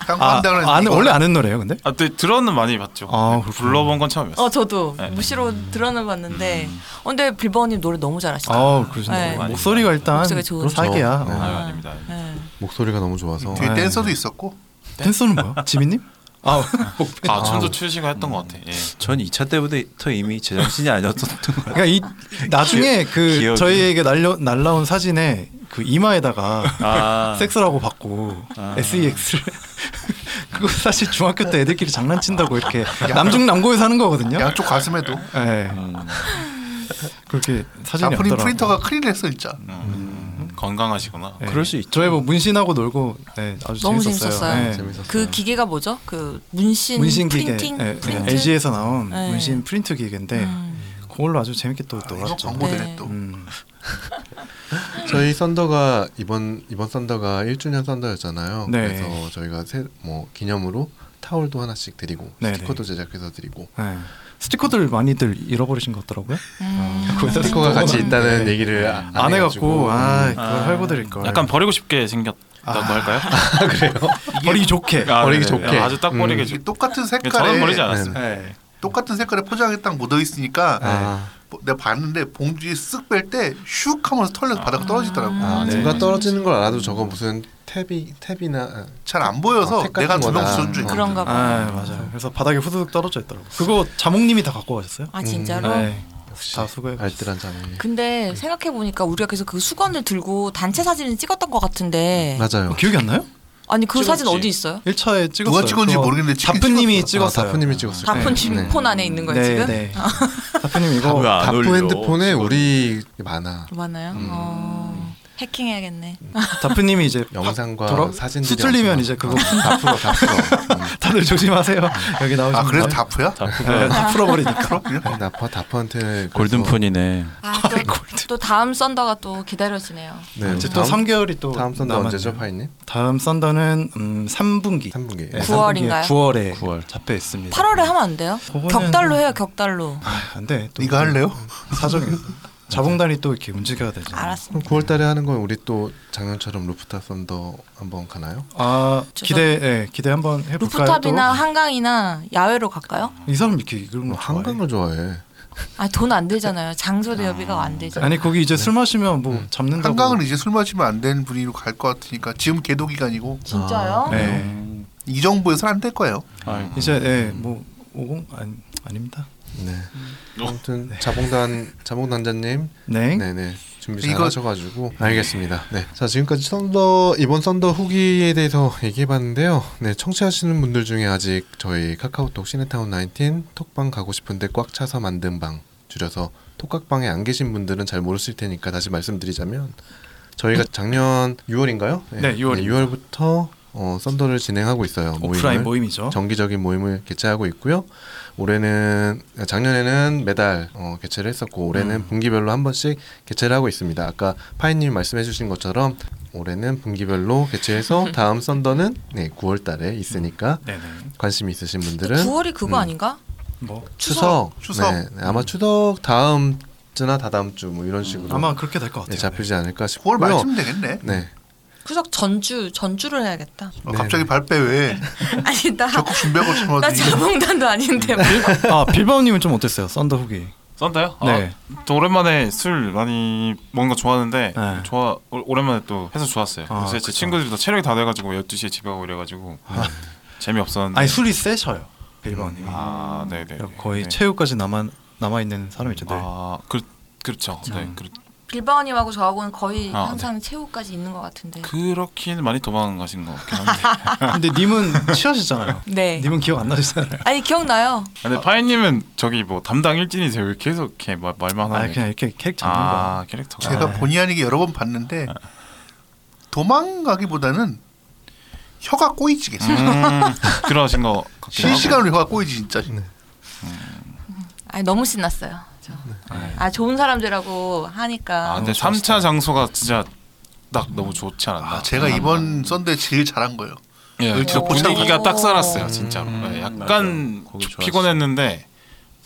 [SPEAKER 7] 한거
[SPEAKER 2] 아,
[SPEAKER 7] 한다고 했는데
[SPEAKER 2] 안,
[SPEAKER 7] 이거
[SPEAKER 2] 원래 아는 노래예요, 근데?
[SPEAKER 5] 아, 네, 들어는 많이 봤죠.
[SPEAKER 2] 아,
[SPEAKER 5] 네,
[SPEAKER 2] 그렇구나.
[SPEAKER 5] 불러본 건 처음이었어.
[SPEAKER 4] 어
[SPEAKER 5] 요
[SPEAKER 4] 저도
[SPEAKER 5] 네.
[SPEAKER 4] 무시로 들어는 봤는데 어, 근데 빌바오님 노래 너무 잘하시다.
[SPEAKER 2] 아, 그러신다.
[SPEAKER 4] 네.
[SPEAKER 2] 요 목소리가 일단
[SPEAKER 4] 목소리가 좋은
[SPEAKER 2] 사기야.
[SPEAKER 1] 네.
[SPEAKER 2] 어.
[SPEAKER 5] 아유, 아닙니다.
[SPEAKER 4] 네.
[SPEAKER 1] 목소리가 너무 좋아서.
[SPEAKER 6] 네.
[SPEAKER 7] 뒤에
[SPEAKER 2] 아,
[SPEAKER 7] 댄서도 있었고
[SPEAKER 2] 댄서는 뭐야? 지민님? 아,
[SPEAKER 5] 아, 춤도 추시고 했던 것 같아. 예.
[SPEAKER 6] 전 2차 때부터 이미 제정신이 아니었던 것 같아.
[SPEAKER 2] 그러니까 이 나중에 그
[SPEAKER 6] 기억이.
[SPEAKER 2] 저희에게 날려 날라온 사진에 그 이마에다가
[SPEAKER 6] 아.
[SPEAKER 2] 섹스라고 받고 SEX를 그거 사실 중학교 때 애들끼리 장난친다고 이렇게 남중 남고에서 하는 거거든요.
[SPEAKER 7] 양쪽 가슴에도
[SPEAKER 2] 예. 그렇게 사진이
[SPEAKER 7] 아프린
[SPEAKER 2] 없더라고.
[SPEAKER 7] 프린터가 큰일 했어 진짜.
[SPEAKER 5] 음, 건강하시구나.
[SPEAKER 2] 예.
[SPEAKER 6] 그럴 수 있죠.
[SPEAKER 2] 저희 뭐 문신하고 놀고 네, 아주
[SPEAKER 4] 네. 너무
[SPEAKER 2] 재밌었어요.
[SPEAKER 4] 재밌었어요.
[SPEAKER 2] 예.
[SPEAKER 1] 재밌었어요.
[SPEAKER 4] 그 기계가 뭐죠? 그 문신,
[SPEAKER 2] 문신 기계
[SPEAKER 4] 프린팅
[SPEAKER 2] 예, 예.
[SPEAKER 4] 프린트?
[SPEAKER 2] LG에서 나온
[SPEAKER 4] 예.
[SPEAKER 2] 문신 프린트 기계인데
[SPEAKER 4] 음.
[SPEAKER 2] 그걸로 아주 재밌게 또
[SPEAKER 7] 이거
[SPEAKER 2] 놀았죠.
[SPEAKER 7] 광고되네
[SPEAKER 4] 네.
[SPEAKER 7] 또.
[SPEAKER 2] 음.
[SPEAKER 1] 저희 썬더가 이번 이번 썬더가 1주년 썬더였잖아요.
[SPEAKER 2] 네.
[SPEAKER 1] 그래서 저희가 새, 뭐 기념으로 타올도 하나씩 드리고
[SPEAKER 2] 네,
[SPEAKER 1] 스티커도 제작해서 드리고
[SPEAKER 2] 예. 스티커들 많이들 잃어버리신 것 같더라고요.
[SPEAKER 4] 음.
[SPEAKER 2] 거기다
[SPEAKER 1] 스티커가 같이 있다는 얘기를 아-
[SPEAKER 2] 네. 안 해갖고
[SPEAKER 1] 해가지고.
[SPEAKER 2] 아
[SPEAKER 1] 음.
[SPEAKER 2] 그걸 할부드릴 걸.
[SPEAKER 5] 약간 버리고 싶게 생겼다고 할까요?
[SPEAKER 2] 버리 좋게. 음.
[SPEAKER 5] 아,
[SPEAKER 1] 버리기
[SPEAKER 5] 네네.
[SPEAKER 1] 좋게.
[SPEAKER 5] 아주 딱 버리게
[SPEAKER 7] 이게
[SPEAKER 5] 좋게.
[SPEAKER 7] 똑같은
[SPEAKER 5] 저는 버리지
[SPEAKER 7] 색깔에
[SPEAKER 5] 않았습니다.
[SPEAKER 2] 네.
[SPEAKER 7] 똑같은 색깔에 포장에 딱 묻어 있으니까
[SPEAKER 1] 아,
[SPEAKER 7] 내가 봤는데 봉지에 쓱 뺄 때 슉 하면서 털려서 바닥 떨어지더라고.
[SPEAKER 1] 아,
[SPEAKER 5] 네.
[SPEAKER 1] 누가 떨어지는 걸 알아도 저거 무슨 탭이 탭이나
[SPEAKER 7] 잘 안 보여서
[SPEAKER 1] 아, 택 같은
[SPEAKER 7] 내가 두명
[SPEAKER 1] 거다.
[SPEAKER 7] 주는 줄.
[SPEAKER 4] 그런가 봐.
[SPEAKER 2] 아 맞아요. 그래서 바닥에 후두둑 떨어져 있더라고. 그거 자몽님이 다 갖고 가셨어요?
[SPEAKER 4] 아 진짜로?
[SPEAKER 2] 네.
[SPEAKER 1] 역시
[SPEAKER 2] 다 수고해.
[SPEAKER 1] 알뜰한 장님.
[SPEAKER 4] 그, 근데 생각해 보니까 우리가 계속 그 수건을 들고 단체 사진을 찍었던 것
[SPEAKER 1] 음,
[SPEAKER 4] 같은데.
[SPEAKER 1] 맞아요.
[SPEAKER 2] 어, 기억이 안 나요?
[SPEAKER 4] 아니 그 사진
[SPEAKER 5] 찍었지.
[SPEAKER 4] 어디 있어요?
[SPEAKER 2] 1차에 찍었어요.
[SPEAKER 7] 누가 찍었는지
[SPEAKER 2] 그거
[SPEAKER 7] 모르겠는데 찍긴
[SPEAKER 2] 다프님이
[SPEAKER 1] 아,
[SPEAKER 2] 찍었어요.
[SPEAKER 1] 다프님이 찍었어요.
[SPEAKER 4] 다프님
[SPEAKER 1] 네.
[SPEAKER 4] 폰 안에 있는 거예요
[SPEAKER 2] 네,
[SPEAKER 4] 지금? 아.
[SPEAKER 2] 네. 다프님 이거
[SPEAKER 6] 왜안
[SPEAKER 5] 아,
[SPEAKER 1] 다프
[SPEAKER 6] 올려?
[SPEAKER 1] 핸드폰에
[SPEAKER 6] 지금.
[SPEAKER 1] 우리 많아.
[SPEAKER 4] 많아요. 어, 해킹해야겠네.
[SPEAKER 2] 다프님이 이제
[SPEAKER 1] 영상과 사진들이
[SPEAKER 2] 수틀리면
[SPEAKER 1] 아주
[SPEAKER 2] 이제 그거
[SPEAKER 1] 다 풀어 다 풀어. 음.
[SPEAKER 2] 다들 조심하세요. 여기 나오시면
[SPEAKER 7] 아 그래서 다프야?
[SPEAKER 2] 네, 다 풀어버리니까.
[SPEAKER 7] 그냥
[SPEAKER 1] 나파 다프한테 그래서-
[SPEAKER 6] 골든폰이네.
[SPEAKER 4] 아, 또, 또 다음 썬더가 또 기다려지네요.
[SPEAKER 1] 네,
[SPEAKER 2] 이제 또
[SPEAKER 1] 다음-
[SPEAKER 2] 3개월이 또
[SPEAKER 1] 다음 썬더
[SPEAKER 2] 남았네요.
[SPEAKER 1] 언제죠, 파이님?
[SPEAKER 2] 다음 썬더는 음, 3분기.
[SPEAKER 1] 3분기.
[SPEAKER 2] 네,
[SPEAKER 4] 9월 인가요?
[SPEAKER 2] 9월에
[SPEAKER 6] 9월.
[SPEAKER 2] 잡혀 있습니다.
[SPEAKER 4] 8월에 하면 안 돼요?
[SPEAKER 2] 그거는- 뭐
[SPEAKER 4] 격달로 해요 격달로.
[SPEAKER 2] 아, 안 돼. 또
[SPEAKER 7] 네가 할래요?
[SPEAKER 2] 사정이. 자봉단이 또 이렇게 움직여야 되죠.
[SPEAKER 4] 알았어.
[SPEAKER 1] 그럼 9월달에 하는 건 우리 또 작년처럼 루프탑 썬더 한번 가나요?
[SPEAKER 2] 아 기대 예 기대 한번 해볼까요?
[SPEAKER 4] 루프탑이나 한강이나 야외로 갈까요?
[SPEAKER 2] 또? 이 사람 이렇게 이런
[SPEAKER 1] 뭐
[SPEAKER 2] 거 좋아해.
[SPEAKER 1] 어, 한강을 좋아해.
[SPEAKER 4] 아 돈 안 들잖아요. 장소 대여비가 안 되죠.
[SPEAKER 2] 아니 거기
[SPEAKER 1] 네.
[SPEAKER 2] 이제 술 마시면
[SPEAKER 1] 음.
[SPEAKER 2] 뭐 잡는다고.
[SPEAKER 7] 한강은 이제 술 마시면 안 되는 분위기로 갈 것 같으니까 지금 개도 기간이고
[SPEAKER 4] 진짜요?
[SPEAKER 2] 네.
[SPEAKER 7] 이 정부에서는 안 될 거예요.
[SPEAKER 5] 아이고.
[SPEAKER 2] 이제 예뭐 50 아니 아닙니다.
[SPEAKER 1] 네. 아무튼 자봉단 자봉단자님
[SPEAKER 2] 네.
[SPEAKER 1] 네네 준비 잘
[SPEAKER 7] 이거-
[SPEAKER 1] 하셔가지고 알겠습니다. 네, 자 지금까지 썬더 이번 썬더 후기에 대해서 얘기해봤는데요. 네, 청취하시는 분들 중에 아직 저희 카카오톡 시네타운 19 톡방 가고 싶은데 꽉 차서 만든 방 줄여서 톡각방에 안 계신 분들은 잘 모르실 테니까 다시 말씀드리자면 저희가 작년 6월인가요?
[SPEAKER 2] 네, 6월 입니다.
[SPEAKER 1] 6월부터 어, 썬더를 진행하고 있어요.
[SPEAKER 2] 오프라인
[SPEAKER 1] 모임을.
[SPEAKER 2] 모임이죠.
[SPEAKER 1] 정기적인 모임을 개최하고 있고요. 올해는 작년에는 매달 어, 개최를 했었고 올해는
[SPEAKER 2] 음.
[SPEAKER 1] 분기별로 한 번씩 개최를 하고 있습니다. 아까 파이님 말씀해주신 것처럼 올해는 분기별로 개최해서 다음 썬더는 네, 9월달에 있으니까
[SPEAKER 2] 음. 네네.
[SPEAKER 1] 관심 있으신 분들은
[SPEAKER 4] 9월이 그거
[SPEAKER 1] 음.
[SPEAKER 4] 아닌가?
[SPEAKER 2] 뭐
[SPEAKER 1] 추석,
[SPEAKER 7] 추석.
[SPEAKER 1] 네, 네, 아마 추석 다음 주나 다다음 주 뭐 이런 식으로
[SPEAKER 2] 아마 그렇게 될 것 같아요.
[SPEAKER 1] 네, 잡히지 않을까 싶고요.
[SPEAKER 7] 9월 말쯤 되겠네.
[SPEAKER 1] 네.
[SPEAKER 4] 추석 전주 전주를 해야겠다.
[SPEAKER 7] 어,
[SPEAKER 1] 네,
[SPEAKER 7] 갑자기 발빼 왜
[SPEAKER 4] 아니 나
[SPEAKER 7] 적극 준비하고 참아도
[SPEAKER 4] 나 자몽단도 아닌데 뭐.
[SPEAKER 2] 네. 아 빌바오님은 좀 어땠어요? 썬더 후기.
[SPEAKER 5] 썬다요?
[SPEAKER 2] 네.
[SPEAKER 5] 아, 또 오랜만에 술 많이 먹는 거 좋아하는데
[SPEAKER 2] 네.
[SPEAKER 5] 좋아 오- 오랜만에 또 해서 좋았어요.
[SPEAKER 2] 아,
[SPEAKER 5] 그래서 제
[SPEAKER 2] 그쵸. 아, 네.
[SPEAKER 5] 친구들도 체력이 다 돼가지고 1 2 시에 집에 가고 이래가지고 재미 없었는데.
[SPEAKER 2] 아니 술이 세셔요. 빌바오님.
[SPEAKER 5] 아, 네네.
[SPEAKER 2] 거의
[SPEAKER 5] 네.
[SPEAKER 2] 최후까지 남아 남아 있는 사람이죠. 네.
[SPEAKER 5] 아, 그 그렇죠. 네, 그,
[SPEAKER 4] 빌바오님하고 저하고는 거의
[SPEAKER 5] 아,
[SPEAKER 4] 항상 최후까지 있는 것 같은데.
[SPEAKER 5] 그렇긴 많이 도망가신 것 같긴 한데. 아,
[SPEAKER 2] 근데 님은 취하시잖아요.
[SPEAKER 4] 네.
[SPEAKER 2] 님은 기억 안 나시잖아요.
[SPEAKER 4] 아니 기억나요?
[SPEAKER 5] 근데 파이님은 저기 뭐 담당 일진이세요. 왜 계속 이렇게 말, 말만
[SPEAKER 2] 아
[SPEAKER 5] 하는.
[SPEAKER 2] 그냥 이렇게 캐릭 잡는 거.
[SPEAKER 5] 네. 아 캐릭터가.
[SPEAKER 7] 제가 본의 아니게 여러 번 봤는데 도망가기보다는 혀가 꼬이지겠어요.
[SPEAKER 5] 음, 들어가신 거 같긴 하고.
[SPEAKER 7] 실시간으로 혀가 꼬이지 진짜.
[SPEAKER 4] 아니 너무 신났어요. 저. 아 좋은 사람들하고 하니까
[SPEAKER 5] 아, 근데
[SPEAKER 2] 너무 좋았어요.
[SPEAKER 5] 3차 장소가 진짜 딱 너무 좋지 않았나. 음.
[SPEAKER 7] 아, 제가 이번 썬데 제일 잘한 거예요.
[SPEAKER 5] 예,
[SPEAKER 4] 어.
[SPEAKER 5] 분위기가
[SPEAKER 4] 어.
[SPEAKER 5] 딱 살았어요, 진짜로.
[SPEAKER 6] 음,
[SPEAKER 5] 예, 약간
[SPEAKER 6] 맞아요. 거기 좋았어요.
[SPEAKER 5] 피곤했는데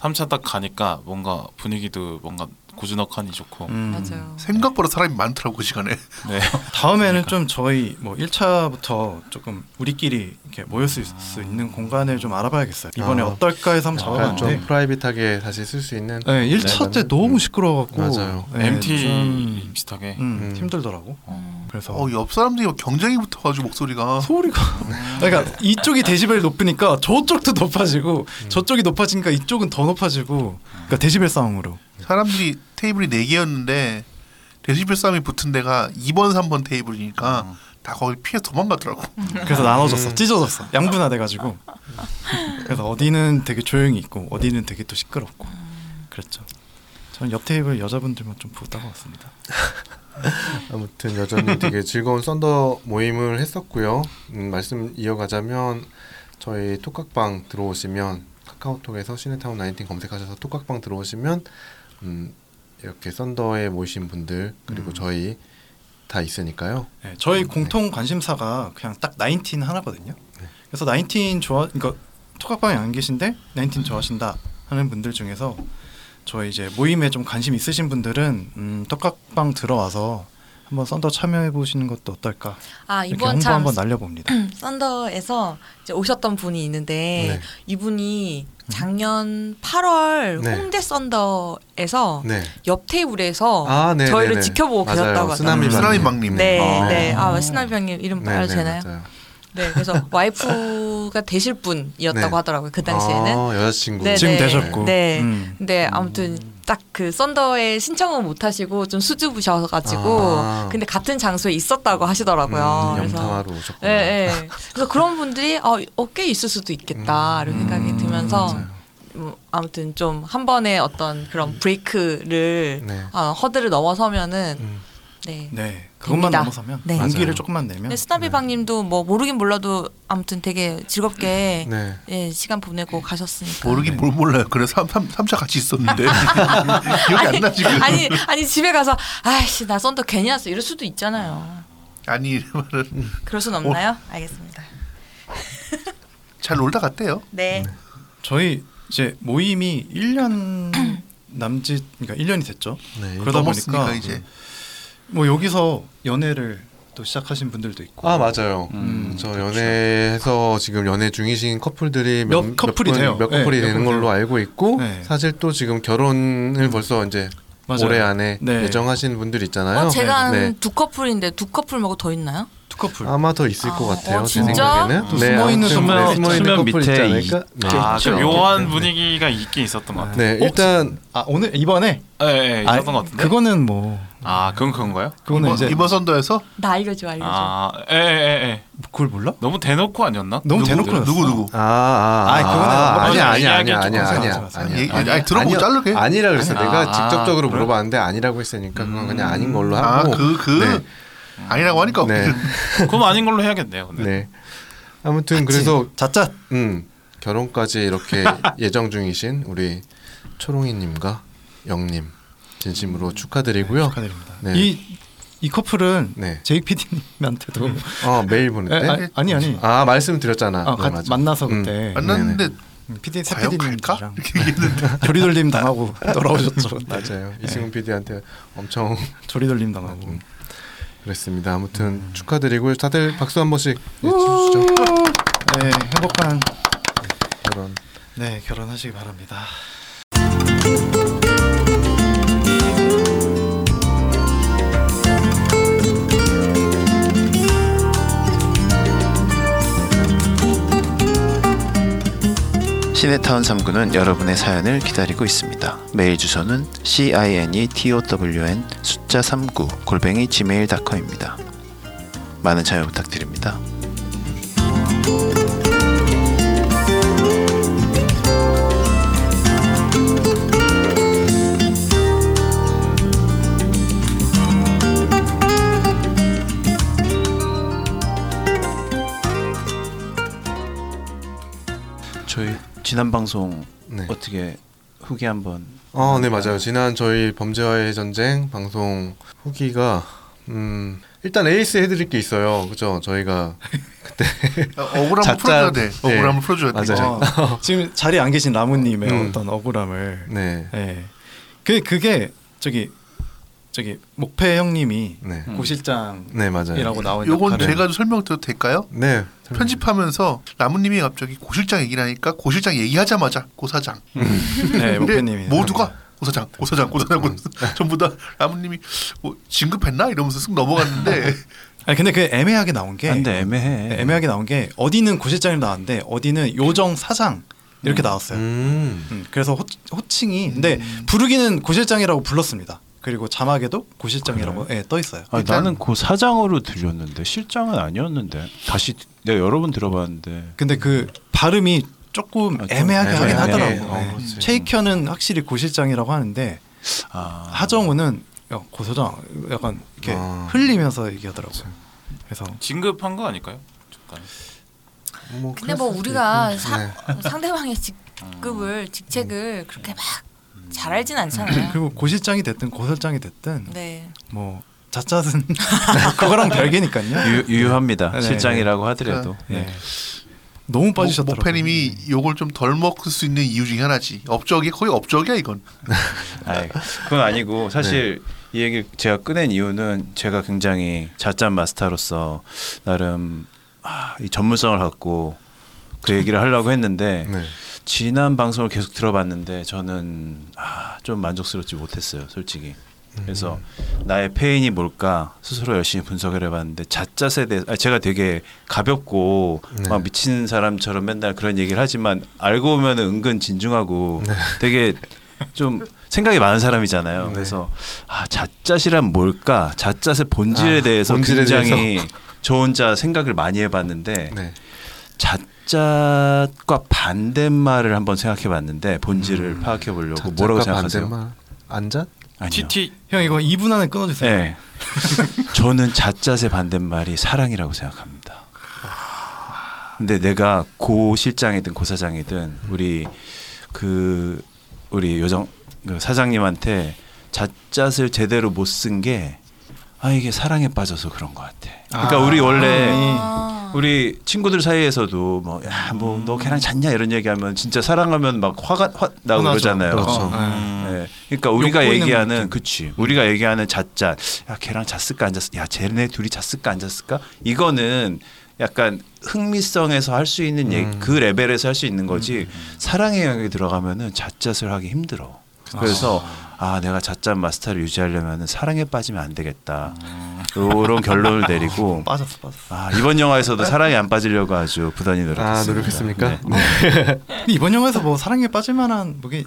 [SPEAKER 5] 3차 딱 가니까 뭔가 분위기도 뭔가 고즈넉하니 좋고.
[SPEAKER 2] 음.
[SPEAKER 4] 맞아요.
[SPEAKER 7] 생각보다 사람이 많더라고 그 시간에.
[SPEAKER 5] 네.
[SPEAKER 2] 다음에는 좀 저희 뭐 1차부터 조금 우리끼리 이렇게 모일 수, 있, 수 있는 공간을 좀 알아봐야겠어요. 이번에
[SPEAKER 1] 아.
[SPEAKER 2] 어떨까 해서 한번
[SPEAKER 1] 약간 좀
[SPEAKER 2] 잡아봤는데
[SPEAKER 1] 프라이빗하게 다시 쓸 수 있는 음.
[SPEAKER 2] 네, 1차 때 너무 시끄러워갖고
[SPEAKER 1] 맞아요.
[SPEAKER 2] 네,
[SPEAKER 5] MT
[SPEAKER 2] 좀,
[SPEAKER 5] 비슷하게.
[SPEAKER 2] 음,
[SPEAKER 1] 음.
[SPEAKER 2] 힘들더라고. 그래서
[SPEAKER 7] 어, 옆 사람들이 막 경쟁이 붙어가지고 목소리가
[SPEAKER 2] 소리가
[SPEAKER 7] 음.
[SPEAKER 2] 그러니까 이쪽이 데시벨 높으니까 저쪽도 높아지고
[SPEAKER 7] 음.
[SPEAKER 2] 저쪽이 높아지니까 이쪽은 더 높아지고 그러니까 데시벨 싸움으로
[SPEAKER 7] 사람들이 테이블이 네 개였는데 데시벨 싸움이 붙은 데가 2번, 3번 테이블이니까 다 거기 피해 도망가더라고.
[SPEAKER 2] 그래서 나눠졌어
[SPEAKER 7] 음.
[SPEAKER 2] 찢어졌어 양분화돼가지고 그래서 어디는 되게 조용히 있고 어디는 되게 또 시끄럽고
[SPEAKER 7] 음.
[SPEAKER 2] 그랬죠. 저는 옆 테이블 여자분들만 좀 보다가 왔습니다.
[SPEAKER 1] 아무튼 여전히 되게 즐거운 썬더 모임을 했었고요. 음, 말씀 이어가자면 저희 톡각방 들어오시면 카카오톡에서 시네타운 19 검색하셔서 톡각방 들어오시면 음, 이렇게 썬더에 모이신 분들 그리고
[SPEAKER 4] 음.
[SPEAKER 1] 저희 다 있으니까요.
[SPEAKER 2] 네, 저희
[SPEAKER 1] 음,
[SPEAKER 2] 공통 관심사가 그냥 딱 나인틴 하나거든요.
[SPEAKER 1] 네.
[SPEAKER 2] 그래서 나인틴 좋아, 그러니까 토각방에 안 계신데 나인틴 좋아하신다 하는 분들 중에서 저희 이제 모임에 좀 관심 있으신 분들은 음, 토각방 들어와서 한번 썬더 참여해 보시는 것도 어떨까
[SPEAKER 4] 아
[SPEAKER 2] 이렇게
[SPEAKER 4] 이번
[SPEAKER 2] 홍보
[SPEAKER 4] 참
[SPEAKER 2] 한번 날려봅니다.
[SPEAKER 4] 썬더에서 이제 오셨던 분이 있는데
[SPEAKER 1] 네.
[SPEAKER 4] 이분이 작년 8월
[SPEAKER 1] 네.
[SPEAKER 4] 홍대 썬더에서
[SPEAKER 1] 네.
[SPEAKER 4] 옆 테이블에서
[SPEAKER 1] 아, 네.
[SPEAKER 4] 어. 저희를
[SPEAKER 1] 네, 네.
[SPEAKER 4] 지켜보고
[SPEAKER 1] 맞아요.
[SPEAKER 4] 계셨다고 하더라고요.
[SPEAKER 1] 쓰나미
[SPEAKER 7] 쓰나미
[SPEAKER 1] 방님.
[SPEAKER 7] 막님.
[SPEAKER 4] 네,
[SPEAKER 1] 아.
[SPEAKER 4] 네. 아, 스나병님 이름
[SPEAKER 1] 네, 네,
[SPEAKER 4] 알아도 되나요?
[SPEAKER 1] 맞아요.
[SPEAKER 4] 네, 그래서 와이프가 되실 분이었다고
[SPEAKER 1] 네.
[SPEAKER 4] 하더라고요. 그 당시에는.
[SPEAKER 1] 아, 여자친구.
[SPEAKER 4] 네,
[SPEAKER 2] 지금
[SPEAKER 4] 네.
[SPEAKER 2] 되셨고.
[SPEAKER 4] 네.
[SPEAKER 2] 음.
[SPEAKER 4] 근데 아무튼 딱 그 썬더에 신청은 못 하시고 좀 수줍으셔 가지고
[SPEAKER 1] 아.
[SPEAKER 4] 근데 같은 장소에 있었다고 하시더라고요.
[SPEAKER 1] 음,
[SPEAKER 4] 그래서
[SPEAKER 1] 염탐하러 오셨구나.
[SPEAKER 4] 예, 예. 그래서 그런 분들이 어, 어, 꽤 있을 수도 있겠다
[SPEAKER 1] 음,
[SPEAKER 4] 이런 생각이 들면서 음, 아무튼 좀 한 번의 어떤 그런 브레이크를
[SPEAKER 1] 네.
[SPEAKER 4] 어, 허들을 넘어서면은
[SPEAKER 1] 음.
[SPEAKER 4] 네.
[SPEAKER 2] 네, 그것만
[SPEAKER 4] 됩니다.
[SPEAKER 2] 넘어서면
[SPEAKER 4] 네.
[SPEAKER 2] 용기를
[SPEAKER 1] 맞아요. 네.
[SPEAKER 2] 조금만 내면
[SPEAKER 4] 근데 스나비방님도 뭐 모르긴 몰라도 아무튼 되게 즐겁게
[SPEAKER 1] 네.
[SPEAKER 4] 예, 시간 보내고 가셨으니까.
[SPEAKER 7] 모르긴 뭘 몰라요. 그래 3, 삼삼차 같이 있었는데 기억이 안 나 지금.
[SPEAKER 4] 아니 아니 집에 가서 아이씨 나 썬더 괜히 왔어 이럴 수도 있잖아요.
[SPEAKER 7] 아니 이러면은
[SPEAKER 4] 그럴 순 없나요?
[SPEAKER 1] 어.
[SPEAKER 4] 알겠습니다.
[SPEAKER 7] 잘 놀다 갔대요.
[SPEAKER 4] 네.
[SPEAKER 2] 저희 이제 모임이 1년 남짓 그러니까 1년이 됐죠.
[SPEAKER 1] 네.
[SPEAKER 2] 그러다
[SPEAKER 7] 넘었으니까
[SPEAKER 2] 보니까
[SPEAKER 7] 이제
[SPEAKER 2] 뭐 여기서 연애를 또 시작하신 분들도 있고
[SPEAKER 1] 아 맞아요.
[SPEAKER 2] 음,
[SPEAKER 1] 저 연애해서 지금 연애 중이신 커플들이
[SPEAKER 2] 몇 커플이
[SPEAKER 1] 분-
[SPEAKER 2] 돼요.
[SPEAKER 1] 몇 커플이
[SPEAKER 2] 네, 몇
[SPEAKER 1] 되는
[SPEAKER 2] 커플
[SPEAKER 1] 걸로
[SPEAKER 2] 돼요.
[SPEAKER 1] 알고 있고
[SPEAKER 2] 네.
[SPEAKER 1] 사실 또 지금 결혼을 벌써 이제
[SPEAKER 2] 맞아요.
[SPEAKER 1] 올해 안에
[SPEAKER 2] 네.
[SPEAKER 1] 예정하신 분들 있잖아요.
[SPEAKER 4] 어, 제가 아는
[SPEAKER 1] 네.
[SPEAKER 4] 두 커플인데 두 커플 말고 더 있나요?
[SPEAKER 2] 두 커플.
[SPEAKER 1] 아마 더 있을 것
[SPEAKER 4] 아,
[SPEAKER 1] 같아요.
[SPEAKER 4] 어,
[SPEAKER 1] 제
[SPEAKER 4] 진짜?
[SPEAKER 1] 생각에는
[SPEAKER 2] 또 숨어있는
[SPEAKER 1] 아무튼
[SPEAKER 3] 수면-
[SPEAKER 1] 네, 숨어있는
[SPEAKER 3] 수면
[SPEAKER 1] 커플 있지
[SPEAKER 3] 밑에
[SPEAKER 1] 않을까? 네.
[SPEAKER 3] 아,
[SPEAKER 5] 아, 좀
[SPEAKER 3] 그렇죠.
[SPEAKER 5] 묘한 분위기가 있긴 있었던 것 같아요.
[SPEAKER 1] 네,
[SPEAKER 2] 어,
[SPEAKER 1] 일단
[SPEAKER 2] 아 오늘 이번에
[SPEAKER 7] 네.
[SPEAKER 5] 예, 예,
[SPEAKER 2] 아,
[SPEAKER 5] 있었던 것 같은데.
[SPEAKER 2] 그거는 네, 뭐
[SPEAKER 5] 아, 그건 그건가요?
[SPEAKER 2] 그거는
[SPEAKER 7] 이번,
[SPEAKER 2] 이제
[SPEAKER 7] 이번 선도에서
[SPEAKER 4] 나 알려줘 알려줘.
[SPEAKER 5] 아, 예, 예, 예, 예.
[SPEAKER 2] 그걸 몰라?
[SPEAKER 5] 너무 대놓고 아니었나?
[SPEAKER 2] 너무 대놓고
[SPEAKER 7] 누구 누구 누구
[SPEAKER 1] 아, 아, 아,
[SPEAKER 2] 아니, 그거는
[SPEAKER 1] 아,
[SPEAKER 2] 한번
[SPEAKER 1] 아니야, 아니야, 아니야,
[SPEAKER 5] 얘기하기엔 좀
[SPEAKER 1] 아니야,
[SPEAKER 2] 그렇잖아.
[SPEAKER 1] 아니야, 아니야.
[SPEAKER 7] 얘기- 아니, 아니, 들어보고
[SPEAKER 1] 아니야.
[SPEAKER 7] 자르게.
[SPEAKER 1] 아니라 그랬어.
[SPEAKER 5] 아니,
[SPEAKER 1] 내가
[SPEAKER 5] 아,
[SPEAKER 1] 직접적으로
[SPEAKER 5] 그래?
[SPEAKER 1] 물어봤는데 아니라고 했으니까 그건 그냥 아닌 걸로 하고.
[SPEAKER 7] 아그 그
[SPEAKER 1] 네.
[SPEAKER 7] 아니라고 하니까
[SPEAKER 1] 네,
[SPEAKER 7] 없거든.
[SPEAKER 5] 그건 아닌 걸로 해야겠네요. 근데.
[SPEAKER 1] 네. 아무튼 그래서
[SPEAKER 2] 자짜
[SPEAKER 1] 음, 결혼까지 이렇게 예정 중이신 우리 초롱이님과 영님 진심으로 축하드리고요.
[SPEAKER 2] 음. 축하드립니다.
[SPEAKER 1] 네.
[SPEAKER 2] 이, 이 커플은
[SPEAKER 1] 네.
[SPEAKER 2] 제이크 PD님한테도
[SPEAKER 1] 어 메일 보낼 때.
[SPEAKER 2] 아, 아니 아니
[SPEAKER 1] 아 말씀드렸잖아.
[SPEAKER 2] 아, 가,
[SPEAKER 1] 네, 맞아.
[SPEAKER 2] 만나서
[SPEAKER 1] 음.
[SPEAKER 2] 그때
[SPEAKER 7] 만났는데
[SPEAKER 2] PD 새
[SPEAKER 7] 과연 갈까?
[SPEAKER 2] PD님이랑
[SPEAKER 7] 이렇게 얘기했는데 네.
[SPEAKER 2] 조리돌림 당하고 돌아오셨죠. 그때.
[SPEAKER 1] 맞아요. 이승훈
[SPEAKER 2] 네.
[SPEAKER 1] PD한테 엄청
[SPEAKER 2] 조리돌림
[SPEAKER 1] 음.
[SPEAKER 2] 당하고.
[SPEAKER 1] 그랬습니다. 아무튼
[SPEAKER 2] 음.
[SPEAKER 1] 축하드리고 다들 박수 한 번씩 네, 주시죠.
[SPEAKER 2] 네 행복한
[SPEAKER 1] 결혼.
[SPEAKER 2] 네 결혼하시기 바랍니다.
[SPEAKER 3] 시네타운 3구는 여러분의 사연을 기다리고 있습니다. 메일 주소는 e cineton 숫자 39 골뱅이 gmail.com입니다. 많은 참여 부탁드립니다. 저희 지난 방송
[SPEAKER 1] 네.
[SPEAKER 3] 어떻게 후기 한번
[SPEAKER 1] 어, 네 맞아요. 지난 저희 범죄와의 전쟁 방송 후기가 음 일단 에이스 해드릴 게 있어요. 그죠? 저희가
[SPEAKER 7] 억울함을
[SPEAKER 1] 자짜-
[SPEAKER 7] 풀어줘야 돼. 억울함을 풀어줘야 돼.
[SPEAKER 1] 맞아요.
[SPEAKER 2] 어, 지금 자리에 안 계신 라무님의
[SPEAKER 1] 음.
[SPEAKER 2] 어떤 억울함을.
[SPEAKER 1] 네,
[SPEAKER 2] 네. 그 그게 저기 저기 목패 형님이
[SPEAKER 1] 네,
[SPEAKER 2] 음. 고실장이라고
[SPEAKER 1] 네 맞아요.
[SPEAKER 2] 나온
[SPEAKER 7] 요건
[SPEAKER 2] 어, 역할을
[SPEAKER 7] 제가 좀 설명드려도 될까요?
[SPEAKER 1] 네
[SPEAKER 7] 편집하면서 라무님이 갑자기 고실장 얘기를 하니까 고실장 얘기하자마자 고사장.
[SPEAKER 2] 네, 음,
[SPEAKER 7] 근데
[SPEAKER 2] 목패님이
[SPEAKER 7] 모두가 고사장, 고사장, 고사장,
[SPEAKER 2] 네.
[SPEAKER 7] 고사장 전부 다 라무님이 뭐 진급했나 이러면서 쓱 넘어갔는데
[SPEAKER 2] 아니 근데 그 애매하게 나온 게
[SPEAKER 6] 안돼 예, 아, 애매해.
[SPEAKER 2] 네, 애매하게 나온 게 어디는 고실장이 나왔는데 어디는 요정 사장 이렇게 나왔어요.
[SPEAKER 1] 음,
[SPEAKER 2] 음, 그래서 호,
[SPEAKER 6] 음.
[SPEAKER 2] 호칭이 근데 부르기는 고실장이라고 불렀습니다. 그리고 자막에도 고실장이라고 예, 떠 있어요.
[SPEAKER 6] 아,
[SPEAKER 7] 일단-
[SPEAKER 6] 나는 그 사장으로 들렸는데 실장은 아니었는데 다시 내가 여러 번 들어봤는데
[SPEAKER 2] 근데 그 발음이 조금
[SPEAKER 6] 아, 좀
[SPEAKER 2] 애매하게
[SPEAKER 1] 애매해.
[SPEAKER 2] 하긴
[SPEAKER 1] 어,
[SPEAKER 2] 하더라고요. 예.
[SPEAKER 1] 그렇지.
[SPEAKER 2] 체이켜는 확실히 고실장이라고 하는데
[SPEAKER 6] 아,
[SPEAKER 2] 하정우는 야, 고소장 약간 이렇게
[SPEAKER 1] 아.
[SPEAKER 2] 흘리면서 얘기하더라고요. 그래서
[SPEAKER 5] 진급한 거 아닐까요? 잠깐.
[SPEAKER 1] 뭐
[SPEAKER 4] 근데
[SPEAKER 1] 그랬을
[SPEAKER 4] 뭐
[SPEAKER 1] 수도
[SPEAKER 4] 우리가
[SPEAKER 1] 있고.
[SPEAKER 4] 사, 어,
[SPEAKER 1] 네.
[SPEAKER 4] 상대방의 직급을 직책을 그렇게 막 잘 알진
[SPEAKER 1] 음.
[SPEAKER 4] 않잖아요.
[SPEAKER 2] 그리고 고실장이 됐든 고설장이 됐든
[SPEAKER 4] 네.
[SPEAKER 2] 뭐 자짜는 그거랑 별개니까요.
[SPEAKER 6] 유, 유효합니다.
[SPEAKER 2] 네.
[SPEAKER 6] 실장이라고 하더라도
[SPEAKER 2] 네. 너무 빠지셨더라고요. 음.
[SPEAKER 7] 목패님이 요걸 좀 덜 먹을 수 있는 이유 중에 하나지. 업적이 거의 업적이야 이건.
[SPEAKER 2] 네.
[SPEAKER 6] 아이, 네. 그건 아니고 사실 이 얘기를 제가 꺼낸 이유는 제가 굉장히 자짠 마스터로서 나름 아, 이 전문성을 갖고 그 얘기를 하려고 했는데
[SPEAKER 1] 네.
[SPEAKER 6] 지난 방송을 계속 들어봤는데 저는 아, 좀 만족스럽지 못했어요, 솔직히. 그래서
[SPEAKER 1] 음.
[SPEAKER 6] 나의 페인이 뭘까 스스로 열심히 분석을 해봤는데 자짜세 대해 아, 제가 되게 가볍고
[SPEAKER 1] 네.
[SPEAKER 6] 막 미친 사람처럼 맨날 그런 얘기를 하지만 알고 보면 은근 진중하고
[SPEAKER 1] 네.
[SPEAKER 6] 되게 좀 생각이 많은 사람이잖아요. 그래서 아 자짜시란 뭘까 자짜세 본질에
[SPEAKER 1] 아,
[SPEAKER 6] 대해서
[SPEAKER 1] 본질에
[SPEAKER 6] 굉장히 저 혼자 생각을 많이 해봤는데
[SPEAKER 1] 네.
[SPEAKER 6] 자짜과 반대말을 한번 생각해봤는데 본질을 파악해 보려고
[SPEAKER 1] 음.
[SPEAKER 6] 뭐라고
[SPEAKER 1] 자작가
[SPEAKER 6] 생각하세요?
[SPEAKER 1] 반대말? 앉아?
[SPEAKER 6] 아니요.
[SPEAKER 5] TT
[SPEAKER 2] 형 이거 2분 안에 끊어주세요.
[SPEAKER 6] 네. 저는 자짜세 반대말이 사랑이라고 생각합니다. 근데 내가 고 실장이든 고 사장이든 우리 그 우리 요정 그 사장님한테 자짜를 제대로 못 쓴 게 아 이게 사랑에 빠져서 그런 것 같아. 그러니까 우리 원래
[SPEAKER 4] 아,
[SPEAKER 6] 우리 친구들 사이에서도 뭐 야 뭐 너 걔랑 잤냐 이런 얘기하면 진짜 사랑하면 막 화가 화 나고
[SPEAKER 2] 화나죠.
[SPEAKER 6] 그러잖아요.
[SPEAKER 1] 그렇죠.
[SPEAKER 6] 네. 그러니까
[SPEAKER 2] 욕구
[SPEAKER 6] 우리가
[SPEAKER 2] 있는
[SPEAKER 6] 얘기하는
[SPEAKER 2] 느낌.
[SPEAKER 6] 그치 우리가 얘기하는 잣잣 야 걔랑 잤을까 안 잤을까 야 쟤네 둘이 잤을까 안 잤을까 이거는 약간 흥미성에서 할 수 있는 얘기, 그 레벨에서 할 수 있는 거지 사랑의 영역에 들어가면은 잣잣을 하기 힘들어 그래서 아 내가 잣잣 마스터를 유지하려면은 사랑에 빠지면 안 되겠다 이런 결론을 내리고
[SPEAKER 2] 빠졌어 빠졌어.
[SPEAKER 6] 아 이번 영화에서도 사랑에 안 빠지려고 아주 부단히 노력했습니다.
[SPEAKER 1] 아 노력했습니까?
[SPEAKER 6] 네.
[SPEAKER 1] 네.
[SPEAKER 2] 근데 이번 영화에서 뭐 사랑에 빠질만한 뭐게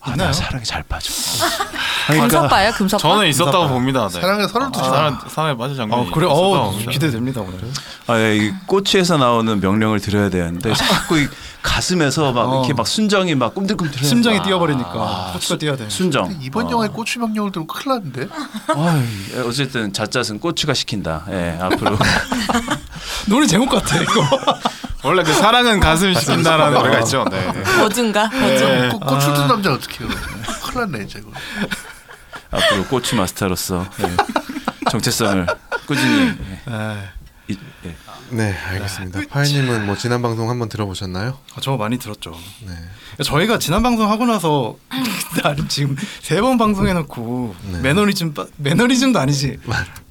[SPEAKER 6] 아,
[SPEAKER 2] 있나요?
[SPEAKER 6] 나 사랑에 잘 빠져.
[SPEAKER 1] 그러니까
[SPEAKER 4] 금섭바예요, 금섭바.
[SPEAKER 5] 저는
[SPEAKER 2] 아,
[SPEAKER 5] 있었다고 봅니다. 네.
[SPEAKER 7] 사랑에 선을 두지 마.
[SPEAKER 5] 사랑 사랑에 빠진 장면.
[SPEAKER 2] 어 그래 어 기대됩니다 오늘.
[SPEAKER 6] 아, 예, 이 꼬치에서 나오는 명령을 드려야 되는데 자꾸 이 가슴에서 막
[SPEAKER 2] 아. 어.
[SPEAKER 6] 이렇게 막 순정이 막 꿈들꿈들.
[SPEAKER 2] 심장이
[SPEAKER 6] 아,
[SPEAKER 2] 뛰어버리니까 코치가 뛰어야 돼.
[SPEAKER 6] 순정.
[SPEAKER 7] 이번 영화에
[SPEAKER 2] 아.
[SPEAKER 7] 꼬치 명령을 들고 큰일 났는데
[SPEAKER 6] 아, 예, 어쨌든 잣잣은 꼬치가 시킨다. 예, 앞으로.
[SPEAKER 2] 노래 제목 같아 이거.
[SPEAKER 5] 원래 그 사랑은 가슴 시킨다라는 노래가 있죠. 네.
[SPEAKER 4] 버즈인가? 버즈.
[SPEAKER 2] 네.
[SPEAKER 7] 꼬- 꼬치
[SPEAKER 2] 아.
[SPEAKER 7] 든 남자 어떻게 해요? 큰일 났네 이제 이거.
[SPEAKER 6] 앞으로 꼬치 마스터로서 예, 정체성을 꾸준히.
[SPEAKER 2] 에,
[SPEAKER 6] 예, 이- 예.
[SPEAKER 1] 네, 알겠습니다. 파이님은 뭐 지난 방송 한번 들어보셨나요?
[SPEAKER 2] 아, 저 많이 들었죠.
[SPEAKER 1] 네.
[SPEAKER 2] 저희가 지난 방송 하고 나서 나름 지금 세 번 방송해놓고
[SPEAKER 5] 네.
[SPEAKER 2] 매너리즘 빠- 매너리즘도 아니지.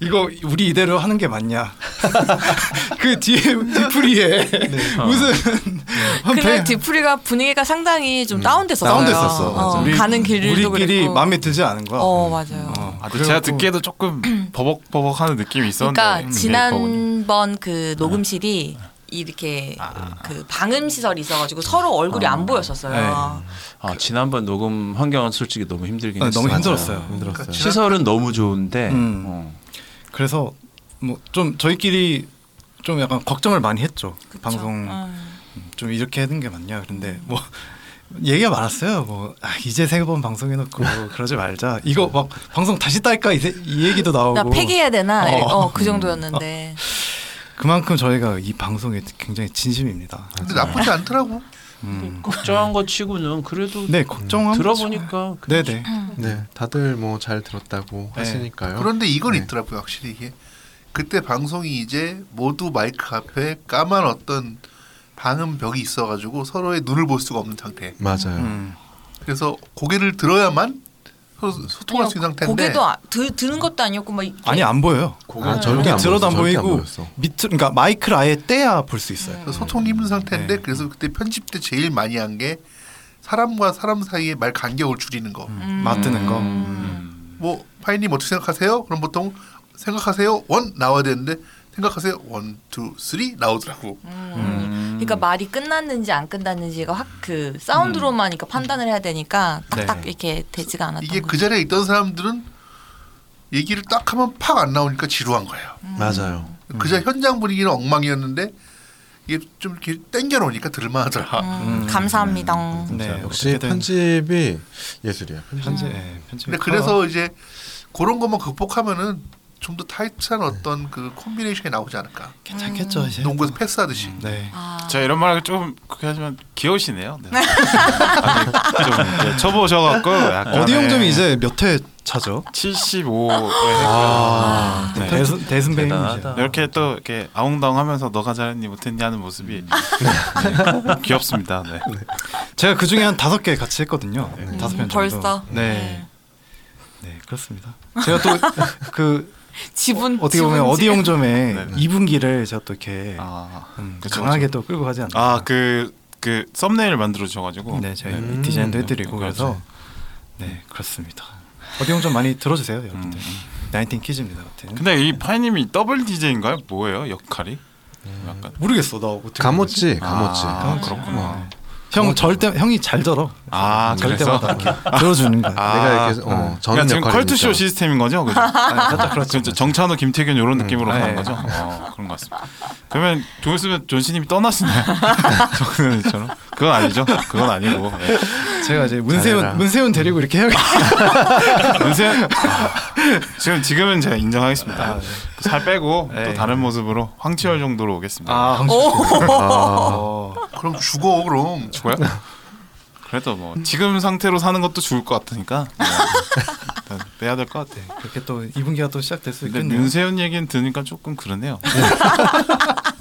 [SPEAKER 2] 이거 우리 이대로 하는 게 맞냐? 그 뒤에 뒤풀이에
[SPEAKER 5] 네.
[SPEAKER 2] 무슨 한
[SPEAKER 4] 어. 그날
[SPEAKER 2] 백-
[SPEAKER 4] 뒤풀이가 분위기가 상당히 좀 다운됐었어요.
[SPEAKER 2] 음. 다운됐었어.
[SPEAKER 4] 어,
[SPEAKER 2] 우리-
[SPEAKER 4] 가는 길도
[SPEAKER 2] 우리끼리
[SPEAKER 4] 그랬고.
[SPEAKER 2] 마음에 들지 않은 거야.
[SPEAKER 4] 어 맞아요.
[SPEAKER 2] 어,
[SPEAKER 5] 아,
[SPEAKER 2] 그래갖고
[SPEAKER 5] 근데 제가 듣기에도 조금 버벅버벅하는 느낌이 있었는데.
[SPEAKER 4] 그러니까
[SPEAKER 5] 음, 네,
[SPEAKER 4] 지난번 그 녹음실이
[SPEAKER 2] 어.
[SPEAKER 4] 이렇게
[SPEAKER 2] 아.
[SPEAKER 4] 그 방음 시설이 있어가지고 서로 얼굴이 안 보였었어요.
[SPEAKER 6] 아, 지난번 녹음 환경은 솔직히 너무 힘들긴
[SPEAKER 2] 네,
[SPEAKER 6] 했어요.
[SPEAKER 2] 그 너무 힘들었어요.
[SPEAKER 1] 힘들었어요.
[SPEAKER 6] 시설은 너무 좋은데
[SPEAKER 2] 음.
[SPEAKER 6] 어.
[SPEAKER 2] 그래서 뭐 좀 저희끼리 좀 약간 걱정을 많이 했죠. 방송
[SPEAKER 4] 음.
[SPEAKER 2] 좀 이렇게 하는 게 맞냐 그런데 뭐 얘기가 많았어요 뭐 아, 이제 세 번 방송해놓고 그러지 말자 이거 막 방송 다시 딸까 이, 세- 이 얘기도
[SPEAKER 4] 나
[SPEAKER 2] 나오고
[SPEAKER 4] 폐기해야 되나?
[SPEAKER 2] 어.
[SPEAKER 4] 어, 그 정도였는데.
[SPEAKER 2] 그만큼 저희가 이 방송에 굉장히 진심입니다
[SPEAKER 7] 근데 나쁘지 않더라고.
[SPEAKER 6] 걱정한 거 치고는 그래도
[SPEAKER 2] 네 걱정하고
[SPEAKER 6] 들어보니까
[SPEAKER 2] 네네
[SPEAKER 4] 음.
[SPEAKER 1] 네, 다들 뭐 잘 들었다고
[SPEAKER 2] 네.
[SPEAKER 1] 하시니까요.
[SPEAKER 7] 그런데 이건 있더라고요 확실히 이게 그때 방송이 이제 모두 마이크 앞에 까만 어떤 방음 벽이 있어가지고 서로의 눈을 볼 수가 없는 상태.
[SPEAKER 1] 맞아요.
[SPEAKER 2] 음.
[SPEAKER 7] 그래서 고개를 들어야만 소, 소통할 수 있는 상태인데
[SPEAKER 4] 고개도 아, 드, 드는 것도 아니었고 막 이렇게
[SPEAKER 2] 아니 안 보여요
[SPEAKER 1] 아, 저렇게 안
[SPEAKER 2] 들어도 안
[SPEAKER 1] 보였어, 저렇게 안
[SPEAKER 2] 보이고
[SPEAKER 1] 보였어.
[SPEAKER 2] 밑 그러니까 마이크를 아예 떼야 볼 수 있어요
[SPEAKER 7] 그래서 소통이 힘든 상태인데 그래서 그때 편집 때 제일 많이 한 게 사람과 사람 사이의 말 간격을 줄이는 거.
[SPEAKER 2] 음. 맞드는 거 음.
[SPEAKER 7] 뭐 파이님 어떻게 생각하세요? 그럼 보통 생각하세요 원 나와야 되는데 생각하세요 원투 쓰리 나오더라고.
[SPEAKER 2] 음.
[SPEAKER 4] 그러니까 말이 끝났는지 안 끝났는지가 확 그 사운드로만 그러니까 판단을 해야 되니까 딱딱
[SPEAKER 2] 음. 네.
[SPEAKER 4] 이렇게 되지가 않았던
[SPEAKER 7] 이게
[SPEAKER 4] 거죠.
[SPEAKER 7] 그 자리에 있던 사람들은 얘기를 딱 하면 팍 안 나오니까 지루한 거예요.
[SPEAKER 4] 음.
[SPEAKER 1] 맞아요.
[SPEAKER 7] 그자 현장 분위기는 엉망이었는데 이게 좀 이렇게 땡겨 놓으니까 들만하더라.
[SPEAKER 4] 음, 감사합니다.
[SPEAKER 2] 네
[SPEAKER 1] 역시
[SPEAKER 2] 어떻게든
[SPEAKER 1] 편집이 예술이야. 편집.
[SPEAKER 2] 편집 예, 편집
[SPEAKER 7] 근데 그래서 이제 그런 것만 극복하면은 좀 더 타이트한 어떤 그 콤비네이션이 나오지 않을까.
[SPEAKER 2] 괜찮겠죠 이제
[SPEAKER 7] 농구에서 패스하듯이.
[SPEAKER 2] 네
[SPEAKER 4] 아,
[SPEAKER 5] 제가 이런 말을 좀 그렇게 하지만 귀여우시네요. 네. 아니, 좀 이제 쳐보셔갖고 약간의 네.
[SPEAKER 2] 어디 형점이 이제 몇 회 차죠
[SPEAKER 5] 75.
[SPEAKER 1] 아,
[SPEAKER 5] 네.
[SPEAKER 2] 대선 대선배님
[SPEAKER 6] 대단하다.
[SPEAKER 5] 이렇게 또 이렇게 아웅다웅하면서 너가 잘했니 못했니 하는
[SPEAKER 4] 음.
[SPEAKER 5] 모습이 네, 귀엽습니다. 네.
[SPEAKER 2] 제가 그 중에 한 다섯 개 같이 했거든요. 다섯 편 정도.
[SPEAKER 4] 음, 벌써?
[SPEAKER 2] 네. 네 그렇습니다. 제가 또 그
[SPEAKER 4] 지분
[SPEAKER 2] 어떻게 보면
[SPEAKER 4] 지분지.
[SPEAKER 2] 어디 용점에
[SPEAKER 5] 네, 네.
[SPEAKER 2] 2분기를 제가 또 이렇게
[SPEAKER 5] 아,
[SPEAKER 2] 음,
[SPEAKER 5] 그쵸,
[SPEAKER 2] 강하게 또 끌고 가지 않나.
[SPEAKER 5] 아그 그 썸네일 만들어 주셔가지고
[SPEAKER 2] 네 제가
[SPEAKER 1] 음.
[SPEAKER 2] 디자인도 해드리고
[SPEAKER 5] 그렇죠.
[SPEAKER 2] 그래서 네 그렇습니다. 어디 용점 많이 들어주세요 여러분들. 나인틴 키즈입니다. 같은.
[SPEAKER 5] 근데 이 파이님이 더블 DJ인가요? 뭐예요 역할이? 약간
[SPEAKER 2] 모르겠어 나 어떻게.
[SPEAKER 1] 감옥지, 감옥지.
[SPEAKER 5] 아,
[SPEAKER 1] 어.
[SPEAKER 5] 그렇구나.
[SPEAKER 2] 형 절대 형이 잘 들어.
[SPEAKER 5] 아,
[SPEAKER 2] 절
[SPEAKER 5] 그래서?
[SPEAKER 2] 때마다 이렇게 들어주는 거야.
[SPEAKER 5] 아,
[SPEAKER 1] 내가 이렇게 어, 저는
[SPEAKER 5] 그러니까 지금
[SPEAKER 1] 역할이니까.
[SPEAKER 5] 컬투쇼 시스템인 거죠, 그죠? 그렇죠. 정찬호, 김태균 이런 느낌으로
[SPEAKER 2] 네.
[SPEAKER 5] 하는 거죠. 어, 그런 것 같습니다. 그러면 좀 있으면 존씨님이 떠나시나요? 저는 그건 아니죠. 그건 아니고 예.
[SPEAKER 2] 제가 이제 문세윤
[SPEAKER 1] 잘해라.
[SPEAKER 2] 문세윤 데리고 이렇게 해야겠다.
[SPEAKER 5] 문세윤 지금 지금은 제가 인정하겠습니다. 살 빼고 또
[SPEAKER 2] 네.
[SPEAKER 5] 다른 모습으로 황치열 정도로 오겠습니다.
[SPEAKER 2] 아 황수. 어.
[SPEAKER 7] 그럼 죽어 그럼.
[SPEAKER 5] 뭐야? 그래도 뭐 지금 상태로 사는 것도 좋을 것 같으니까 네. 일단 빼야 될 것 같아.
[SPEAKER 2] 그렇게 또 2분기가 또 시작될 수
[SPEAKER 5] 근데
[SPEAKER 2] 있겠네요.
[SPEAKER 5] 문세윤 얘기는 들으니까 조금 그러네요.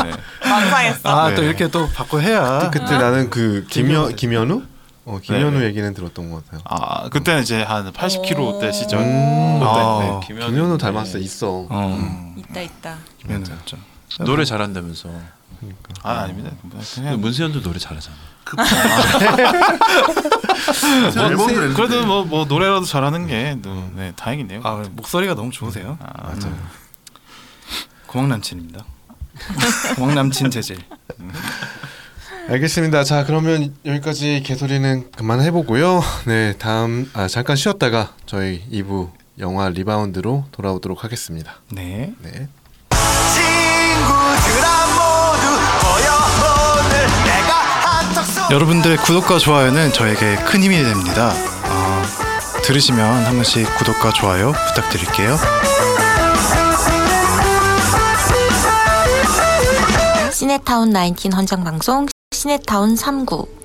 [SPEAKER 5] 네.
[SPEAKER 4] 망상했어.
[SPEAKER 2] 아
[SPEAKER 1] 네.
[SPEAKER 2] 또 이렇게 아, 또 바꿔 해야.
[SPEAKER 1] 그때 나는 그 김여
[SPEAKER 2] 김연우.
[SPEAKER 1] 김연우? 어 김연우
[SPEAKER 5] 네.
[SPEAKER 1] 얘기는 들었던 것 같아요.
[SPEAKER 5] 아 그때는 이제 한 80kg
[SPEAKER 2] 어.
[SPEAKER 5] 대 시절.
[SPEAKER 1] 음.
[SPEAKER 2] 아,
[SPEAKER 1] 네, 김연우 닮았어 있어.
[SPEAKER 2] 어.
[SPEAKER 4] 있다 있다.
[SPEAKER 2] 김연우 맞죠.
[SPEAKER 6] 노래 잘한다면서
[SPEAKER 5] 아 아닙니다.
[SPEAKER 2] 네.
[SPEAKER 5] 그냥
[SPEAKER 6] 문세현도 노래 잘하잖아.
[SPEAKER 7] 앨범 내
[SPEAKER 5] 그래도 뭐, 뭐 노래라도 잘하는 게 또, 네, 다행이네요.
[SPEAKER 2] 음. 아 목소리가 너무 좋으세요. 음.
[SPEAKER 5] 아,
[SPEAKER 2] 고막 남친입니다. 고막 남친 재질.
[SPEAKER 1] 알겠습니다. 자 그러면 여기까지 개소리는 그만 해보고요. 네 다음 아 잠깐 쉬었다가 저희 2부 영화 리바운드로 돌아오도록 하겠습니다.
[SPEAKER 2] 네.
[SPEAKER 1] 네.
[SPEAKER 2] 여러분들의 구독과 좋아요는 저에게 큰 힘이 됩니다. 어, 들으시면 한 번씩 구독과 좋아요 부탁드릴게요.
[SPEAKER 4] 시네타운 19 헌정 방송 시네타운 3구